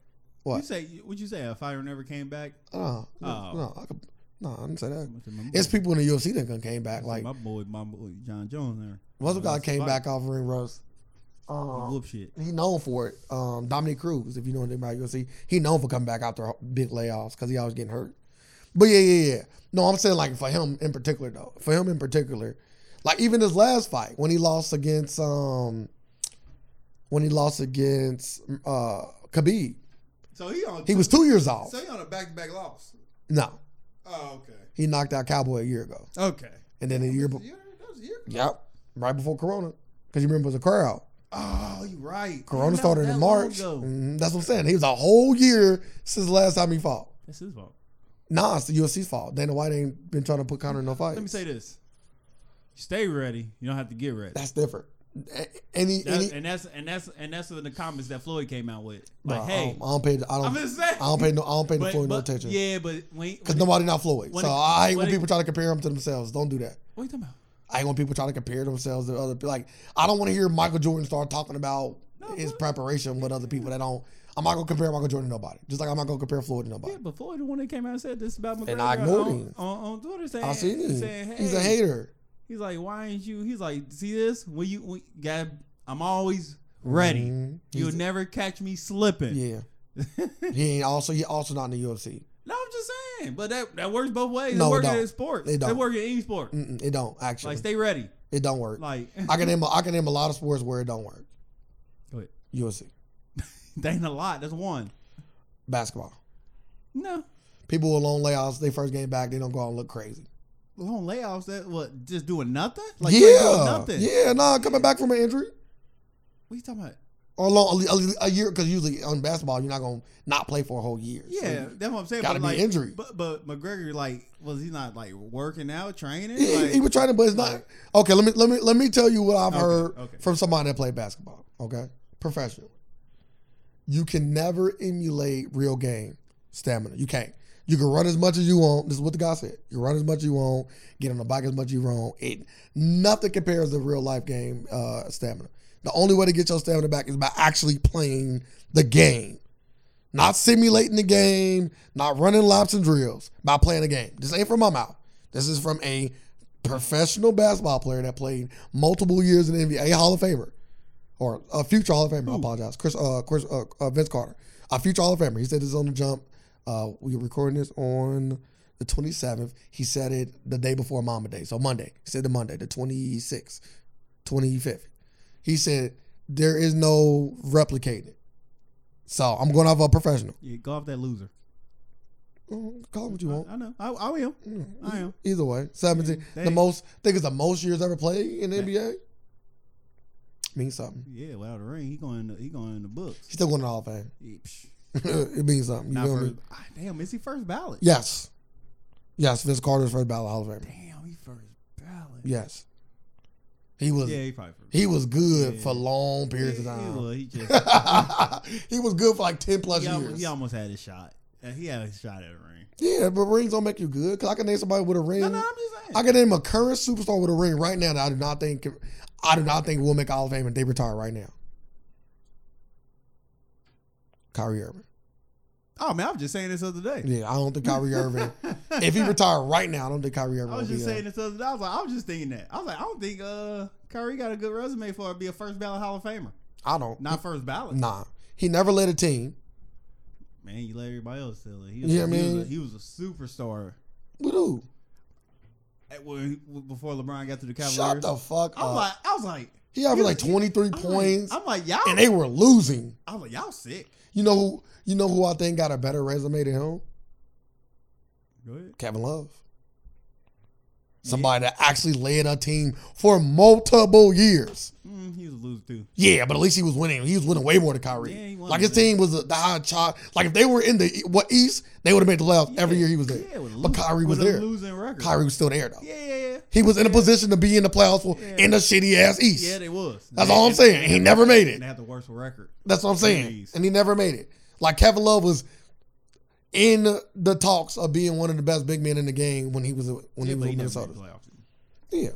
Speaker 1: You
Speaker 2: What?
Speaker 1: say would you say a fighter never came back?
Speaker 2: No, no,
Speaker 1: Oh.
Speaker 2: no, I could, no, I didn't say that.
Speaker 1: My boy-
Speaker 2: It's people in the UFC that done came back. Like
Speaker 1: my boy, my boy John Jones there.
Speaker 2: Muscle guy came
Speaker 1: Fight.
Speaker 2: back off ring rust.
Speaker 1: He
Speaker 2: Um,
Speaker 1: Whoop shit.
Speaker 2: he known for it. Um, Dominic Cruz, if you know anything about UFC, he known for coming back after big layoffs because he always getting hurt. But yeah, yeah, yeah. No, I'm saying like for him in particular though. For him in particular, like even his last fight when he lost against um, when he lost against uh Khabib,
Speaker 1: So he on
Speaker 2: he was two years off.
Speaker 1: so he on a back to back loss.
Speaker 2: No,
Speaker 1: Oh okay.
Speaker 2: he knocked out Cowboy a year ago,
Speaker 1: Okay.
Speaker 2: and then a year, be-
Speaker 1: That was a year.
Speaker 2: yep, right before Corona, because you remember it was a crowd.
Speaker 1: Oh, you right.
Speaker 2: Corona
Speaker 1: That-
Speaker 2: started
Speaker 1: that
Speaker 2: in
Speaker 1: long
Speaker 2: March.
Speaker 1: ago.
Speaker 2: Mhm, that's what I'm saying. He was a whole year since the last time he fought.
Speaker 1: That's his fault.
Speaker 2: Nah, it's the UFC's fault. Dana White ain't been trying to put Conor in no fight.
Speaker 1: Let me say this: stay ready. You don't have to get ready.
Speaker 2: that's different. A- Any,
Speaker 1: That's-
Speaker 2: any,
Speaker 1: and that's and that's and that's in the comments that Floyd came out with.
Speaker 2: nah,
Speaker 1: Like,
Speaker 2: I
Speaker 1: hey,
Speaker 2: don't- I don't pay. the- I
Speaker 1: I'm
Speaker 2: don't.
Speaker 1: just saying.
Speaker 2: I don't pay no. I don't pay the
Speaker 1: But-
Speaker 2: Floyd no
Speaker 1: but-
Speaker 2: attention.
Speaker 1: Yeah, but when
Speaker 2: Cause
Speaker 1: when-
Speaker 2: nobody not Floyd.
Speaker 1: when
Speaker 2: so
Speaker 1: it-
Speaker 2: I hate when,
Speaker 1: when it-
Speaker 2: people try to compare him to themselves. Don't do that.
Speaker 1: what are you talking about?
Speaker 2: I hate when people try to compare themselves to other. people. Like I don't want to hear Michael Jordan start talking about his preparation with other people that don't. I'm not gonna compare Michael Jordan to nobody. Just like I'm not gonna compare Floyd to nobody.
Speaker 1: Yeah, but Floyd, the one that came out and said this about McGregor
Speaker 2: I
Speaker 1: on,
Speaker 2: ignored him.
Speaker 1: On, on Twitter saying,
Speaker 2: I see him.
Speaker 1: saying hey,
Speaker 2: He's
Speaker 1: *laughs*
Speaker 2: a hater.
Speaker 1: He's like, why ain't you? He's like, see this? When you when, God, I'm always ready.
Speaker 2: Mhm.
Speaker 1: You'll
Speaker 2: He's-
Speaker 1: never catch me slipping.
Speaker 2: Yeah. he ain't also he also not in the UFC.
Speaker 1: No, I'm just saying. But that that works both ways.
Speaker 2: No,
Speaker 1: it
Speaker 2: it
Speaker 1: works
Speaker 2: don't.
Speaker 1: in sports.
Speaker 2: It
Speaker 1: It
Speaker 2: don't. Mm,
Speaker 1: works in any sport.
Speaker 2: Mm-mm, it don't actually.
Speaker 1: Like, stay ready.
Speaker 2: it don't work.
Speaker 1: Like, *laughs*
Speaker 2: I can name a, I can name a lot of sports where it don't work.
Speaker 1: Go ahead.
Speaker 2: UFC
Speaker 1: that ain't a lot. That's one.
Speaker 2: basketball.
Speaker 1: No.
Speaker 2: People with long layouts, they first game back, they don't go out and look crazy.
Speaker 1: long layoffs that what just doing nothing? Like you ain't doing
Speaker 2: yeah,
Speaker 1: nothing.
Speaker 2: yeah, nah, coming back from an injury
Speaker 1: What you talking about?
Speaker 2: or long a, a- a year because usually on basketball you're not gonna not play for a whole year. So
Speaker 1: Yeah,
Speaker 2: you-
Speaker 1: that's what I'm saying.
Speaker 2: gotta
Speaker 1: but
Speaker 2: be
Speaker 1: like,
Speaker 2: injury.
Speaker 1: But but McGregor like was he not like working out, training?
Speaker 2: he,
Speaker 1: Like,
Speaker 2: he was trying to, but it's not okay. Let me let me let me tell you what I've
Speaker 1: Okay,
Speaker 2: heard
Speaker 1: okay.
Speaker 2: from somebody that played basketball. Okay, professionally, you can never emulate real game stamina. You can't. You can run as much as you want. This is what the guy said. You run as much as you want. Get on the bike as much as you want. It nothing compares to real life game uh, stamina. The only way to get your stamina back is by actually playing the game. Not simulating the game, not running laps and drills, by playing the game. This ain't from my mouth. This is from a professional basketball player that played multiple years in the NBA, a Hall of Famer, or a future Hall of Famer. I apologize, Chris, uh, Chris, uh, uh, Vince Carter, a future Hall of Famer. He said this on the jump. Uh, we were recording this on the 27th. He said it the day before Mama Day, so Monday. He said the Monday, the 26th, 25th. He said there is no replicating. So I'm going off a professional.
Speaker 1: Yeah, go off that loser.
Speaker 2: Mm, Call it what you want.
Speaker 1: I know. I, I will. I am.
Speaker 2: Either way, seventeen.
Speaker 1: Yeah,
Speaker 2: the
Speaker 1: they-
Speaker 2: most. Think it's the most years ever played in the NBA. Means something.
Speaker 1: Yeah, without a ring, he going. To, he going in the books.
Speaker 2: He's still going to the Hall of Fame. *laughs*
Speaker 1: Yeah, psh.
Speaker 2: it means something. You
Speaker 1: Not
Speaker 2: feel
Speaker 1: first,
Speaker 2: me?
Speaker 1: ah, damn, is he first ballot?
Speaker 2: Yes. Yes, Vince Carter's first ballot Hall of Fame.
Speaker 1: Damn, he first ballot.
Speaker 2: Yes. He was.
Speaker 1: Yeah, he probably first.
Speaker 2: He was good
Speaker 1: Yeah.
Speaker 2: for long periods of
Speaker 1: Yeah, he
Speaker 2: time.
Speaker 1: was. He just
Speaker 2: *laughs* he was good for like ten plus
Speaker 1: he,
Speaker 2: years.
Speaker 1: almost, he almost had his shot. Uh, He had his shot at a ring.
Speaker 2: Yeah, but rings don't make you good. Cause I can name somebody with a ring.
Speaker 1: No, no, I'm just saying.
Speaker 2: I can name a current superstar with a ring right now that I do not think I do not think will make Hall of Fame and they retire right now. Kyrie Irving.
Speaker 1: oh man, I was just saying this other day.
Speaker 2: Yeah, I don't
Speaker 1: *laughs*
Speaker 2: think Kyrie Irving. if he retired right now, I don't think Kyrie Irving.
Speaker 1: I was
Speaker 2: would
Speaker 1: just
Speaker 2: be, uh,
Speaker 1: saying this other day. I was like, I was just thinking that. I was like, I don't think uh Kyrie got a good resume for it to be a first ballot Hall of Famer.
Speaker 2: I don't.
Speaker 1: Not first ballot.
Speaker 2: Nah, he never led a team.
Speaker 1: Man, you let everybody else tell it. He
Speaker 2: Yeah,
Speaker 1: he
Speaker 2: man.
Speaker 1: was a, he was a superstar
Speaker 2: What do?
Speaker 1: at, when, before LeBron got to the Cavaliers.
Speaker 2: Shot the fuck
Speaker 1: I'm
Speaker 2: up.
Speaker 1: like, I was like,
Speaker 2: he averaged
Speaker 1: you-
Speaker 2: like twenty three
Speaker 1: I'm
Speaker 2: points,
Speaker 1: Like, I'm like, y'all.
Speaker 2: and they were losing.
Speaker 1: I was like, y'all sick.
Speaker 2: You know who? You know who I think got a better resume than him?
Speaker 1: Go ahead.
Speaker 2: Kevin Love. Somebody that actually led a team for multiple years.
Speaker 1: Mm, he was a loser too.
Speaker 2: Yeah, but at least he was winning. He was winning way more than Kyrie.
Speaker 1: Yeah, he won,
Speaker 2: like his
Speaker 1: man.
Speaker 2: team was a, the high child. Like if they were in the E, what East, they would have made the playoffs every
Speaker 1: Yeah,
Speaker 2: year he was there.
Speaker 1: Yeah, with a
Speaker 2: but
Speaker 1: lo-
Speaker 2: Kyrie was
Speaker 1: with a
Speaker 2: there.
Speaker 1: losing record.
Speaker 2: Kyrie was still there though.
Speaker 1: Yeah, yeah, yeah.
Speaker 2: He was in a position to be in the playoffs for,
Speaker 1: Yeah.
Speaker 2: in the shitty ass East.
Speaker 1: Yeah, they was.
Speaker 2: That's
Speaker 1: They-
Speaker 2: all I'm
Speaker 1: and-
Speaker 2: saying. He never made
Speaker 1: And
Speaker 2: it.
Speaker 1: they had the worst record.
Speaker 2: That's what I'm saying.
Speaker 1: Please.
Speaker 2: And he never made it. Like Kevin Love was in the talks of being one of the best big men in the game when he was when he
Speaker 1: Yeah, but he
Speaker 2: was with
Speaker 1: never made
Speaker 2: Minnesota.
Speaker 1: the playoffs.
Speaker 2: Yeah.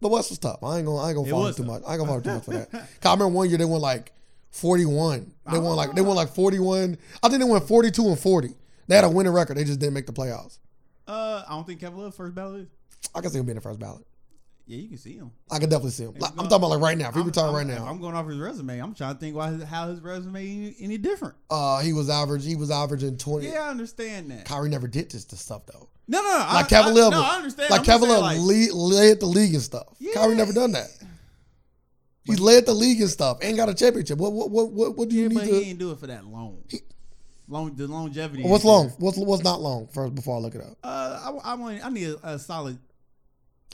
Speaker 2: The West was tough. I ain't gonna I ain't gonna
Speaker 1: It
Speaker 2: follow
Speaker 1: was
Speaker 2: too
Speaker 1: tough.
Speaker 2: much. I ain't gonna follow too much
Speaker 1: *laughs*
Speaker 2: for that. 'Cause I remember one year they won like forty one. They won like they won like forty one. I think they won forty two and forty. They had a winning record. They just didn't make the playoffs.
Speaker 1: Uh, I don't think Kevin Love first ballot. Is.
Speaker 2: I can see him being the first ballot.
Speaker 1: Yeah, you can see him.
Speaker 2: I can definitely see him.
Speaker 1: If
Speaker 2: Like,
Speaker 1: you
Speaker 2: I'm
Speaker 1: go-
Speaker 2: talking about like right now. If he
Speaker 1: I'm-
Speaker 2: retired
Speaker 1: I'm-
Speaker 2: right
Speaker 1: if
Speaker 2: now,
Speaker 1: I'm going off his resume. I'm trying to think why his- how his resume any, any different.
Speaker 2: uh, he was average. He was averaging twenty.
Speaker 1: Yeah, I understand that.
Speaker 2: Kyrie never did this, this stuff though.
Speaker 1: No, no, no.
Speaker 2: Like
Speaker 1: I,
Speaker 2: Kevin
Speaker 1: I,
Speaker 2: Love,
Speaker 1: No, I understand.
Speaker 2: like
Speaker 1: I'm just
Speaker 2: Kevin Love
Speaker 1: saying, like,
Speaker 2: lead, led the league and stuff.
Speaker 1: Yeah.
Speaker 2: Kyrie never done that. He led the league and stuff and got a championship. What what what what, what do you need
Speaker 1: but
Speaker 2: to?
Speaker 1: he didn't do it for that long. Long the longevity. ain't
Speaker 2: What's long?
Speaker 1: there.
Speaker 2: What's what's not long? First, before I look it up,
Speaker 1: Uh, I, I want. I need a, a solid.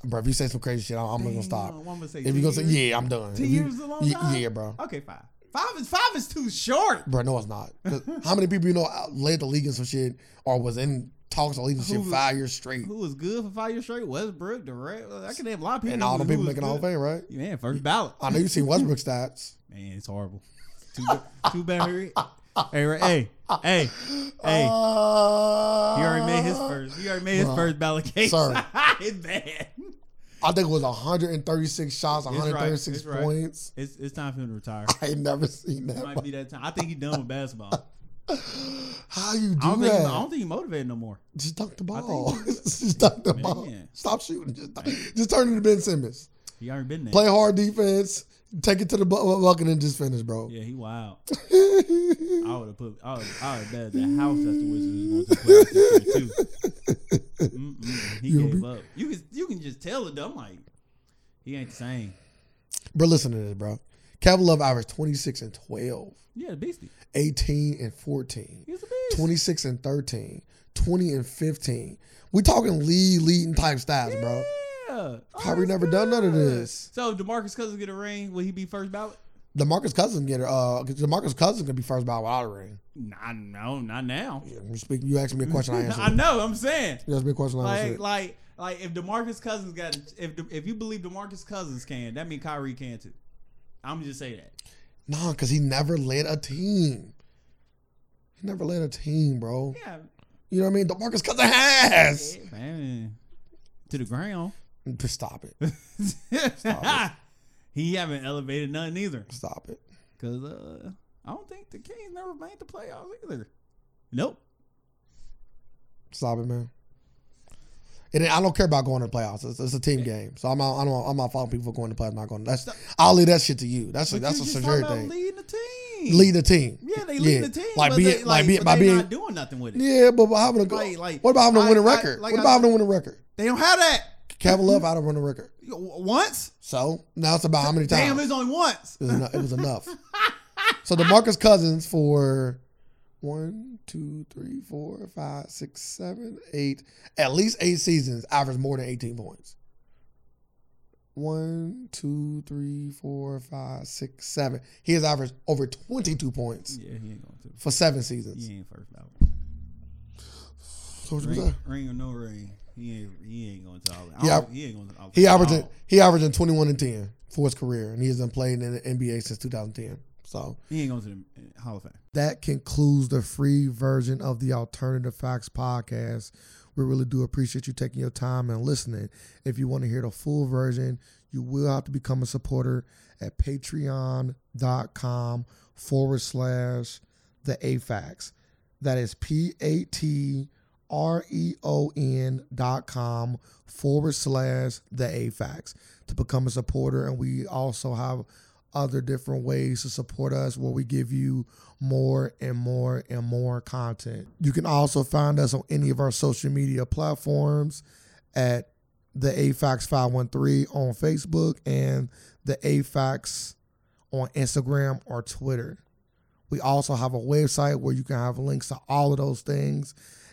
Speaker 2: bro. If you say some crazy shit, I'm, I'm
Speaker 1: Dang,
Speaker 2: gonna stop.
Speaker 1: no, I'm gonna say.
Speaker 2: if you
Speaker 1: two
Speaker 2: gonna say
Speaker 1: years?
Speaker 2: yeah, I'm done.
Speaker 1: Two
Speaker 2: If you-
Speaker 1: years is a long
Speaker 2: ye-
Speaker 1: time?
Speaker 2: Yeah, bro.
Speaker 1: Okay, five. Five is five is too short.
Speaker 2: Bro, no, it's not. 'Cause How many people you know out- led the league in some shit or was in talks of leading shit
Speaker 1: Who-
Speaker 2: five years straight?
Speaker 1: Who was good for five years straight? Westbrook, Durant. I can name a lot of people.
Speaker 2: And all the
Speaker 1: who
Speaker 2: people
Speaker 1: was
Speaker 2: making all
Speaker 1: good.
Speaker 2: fame, right?
Speaker 1: Man, first ballot.
Speaker 2: I know you seen Westbrook stats.
Speaker 1: Man, it's horrible. Too, too bad. Harry. Hey, right- hey, hey, hey. He already made
Speaker 2: Uh,
Speaker 1: his first. He already made his
Speaker 2: Bruh.
Speaker 1: first ballot case.
Speaker 2: Sorry.
Speaker 1: *laughs* it's bad.
Speaker 2: I think it was 136 shots, 136
Speaker 1: it's right.
Speaker 2: points.
Speaker 1: It's it's time for him to retire.
Speaker 2: I ain't never seen
Speaker 1: It
Speaker 2: that.
Speaker 1: might be that time. I think he's done with basketball.
Speaker 2: How you do
Speaker 1: I don't
Speaker 2: that?
Speaker 1: think I don't think he's motivated no more.
Speaker 2: Just dunk the
Speaker 1: I think-
Speaker 2: ball. *laughs* just dunk the ball.
Speaker 1: Man.
Speaker 2: Stop shooting. Just, dunk- just turn into Ben Simmons.
Speaker 1: He already been there.
Speaker 2: Play hard defense. Take it to the bu- bucket and just finish, bro.
Speaker 1: Yeah, he
Speaker 2: *laughs*
Speaker 1: wild. I would have put. I would have bet the house that the Wizards was going to play this year too. Mm-mm, he
Speaker 2: You'll
Speaker 1: gave
Speaker 2: be-
Speaker 1: up. You can you can just tell it. though. I'm like, he ain't the same.
Speaker 2: Bro, listen to this, bro. Kevin Love averaged 26 and 12,
Speaker 1: Yeah, the beastie.
Speaker 2: 18 and 14,
Speaker 1: He's a beast.
Speaker 2: 26 and 13, 20 and 15. We talking lead leading type stats, bro.
Speaker 1: Yeah. Oh,
Speaker 2: Kyrie
Speaker 1: that's
Speaker 2: never done none of
Speaker 1: good.
Speaker 2: this.
Speaker 1: So, if DeMarcus Cousins get a ring, will he be first ballot?
Speaker 2: DeMarcus Cousins get uh DeMarcus Cousins gonna be first by without a ring.
Speaker 1: Nah, no, not now.
Speaker 2: Yeah, you speak- you
Speaker 1: *laughs*
Speaker 2: asked me a question, I answered.
Speaker 1: I
Speaker 2: it.
Speaker 1: know. I'm saying.
Speaker 2: You asked me a question, I answered.
Speaker 1: Like,
Speaker 2: it.
Speaker 1: like, like, if Demarcus Cousins got, if if you believe Demarcus Cousins can, that means Kyrie can too. I'm just say that.
Speaker 2: Nah, because he never led a team. He never led a team, bro.
Speaker 1: Yeah,
Speaker 2: You know what I mean? DeMarcus Cousins has.
Speaker 1: yeah, man, to the ground.
Speaker 2: Stop
Speaker 1: *laughs*
Speaker 2: it.
Speaker 1: he haven't elevated nothing either,
Speaker 2: Stop it.
Speaker 1: cause uh, I don't think the Kings never made the playoffs either. Nope.
Speaker 2: Stop it, man. And I don't care about going to the playoffs. It's, it's a team game, so I'm not, I don't, I'm not following people for going to playoffs. Not going. That's I'll leave that shit to you. That's a,
Speaker 1: But
Speaker 2: that's
Speaker 1: you
Speaker 2: a
Speaker 1: just
Speaker 2: Surgery
Speaker 1: talking about
Speaker 2: thing. Lead,
Speaker 1: Leading the team.
Speaker 2: the team.
Speaker 1: Yeah, they lead
Speaker 2: Yeah.
Speaker 1: the team.
Speaker 2: Like
Speaker 1: but
Speaker 2: being-
Speaker 1: they,
Speaker 2: like
Speaker 1: like,
Speaker 2: being-
Speaker 1: but
Speaker 2: by
Speaker 1: they
Speaker 2: being-
Speaker 1: not doing nothing with it.
Speaker 2: Yeah, but by having a
Speaker 1: Like- like-
Speaker 2: what about having a
Speaker 1: I-
Speaker 2: winning
Speaker 1: I-
Speaker 2: record?
Speaker 1: like
Speaker 2: what
Speaker 1: I-
Speaker 2: about having a winning record?
Speaker 1: They don't have that
Speaker 2: Kevin Love out of winning record.
Speaker 1: You- once.
Speaker 2: So now it's about how many times.
Speaker 1: Damn, it's only once.
Speaker 2: It was enough. It was enough. so DeMarcus Cousins for one, two, three, four, five, six, seven, eight, at least eight seasons, averaged more than 18 points. One, two, three, four, five, six, seven. He has averaged over 22 points
Speaker 1: Yeah, he ain't going to.
Speaker 2: for seven seasons.
Speaker 1: He ain't first ballot.
Speaker 2: So what you gonna
Speaker 1: Ring,
Speaker 2: say?
Speaker 1: ring or no ring, he ain't he ain't going to all
Speaker 2: Yeah.
Speaker 1: Yeah, he ain't going to all
Speaker 2: He averaged he averaged in 21 and 10 for his career, and he has been playing in the NBA since 2010. So
Speaker 1: He ain't going to the uh, Hall of Fame.
Speaker 2: that concludes the free version of the Alternative Facts podcast. We really do appreciate you taking your time and listening. If you want to hear the full version, you will have to become a supporter at patreon.com forward slash the AFAX. That is P A T R E O N dot com forward slash the AFAX to become a supporter. And we also have other different ways to support us where we give you more and more and more content. You can also find us on any of our social media platforms at the AFAX 513 on Facebook and the AFAX on Instagram or Twitter. We also have a website where you can have links to all of those things,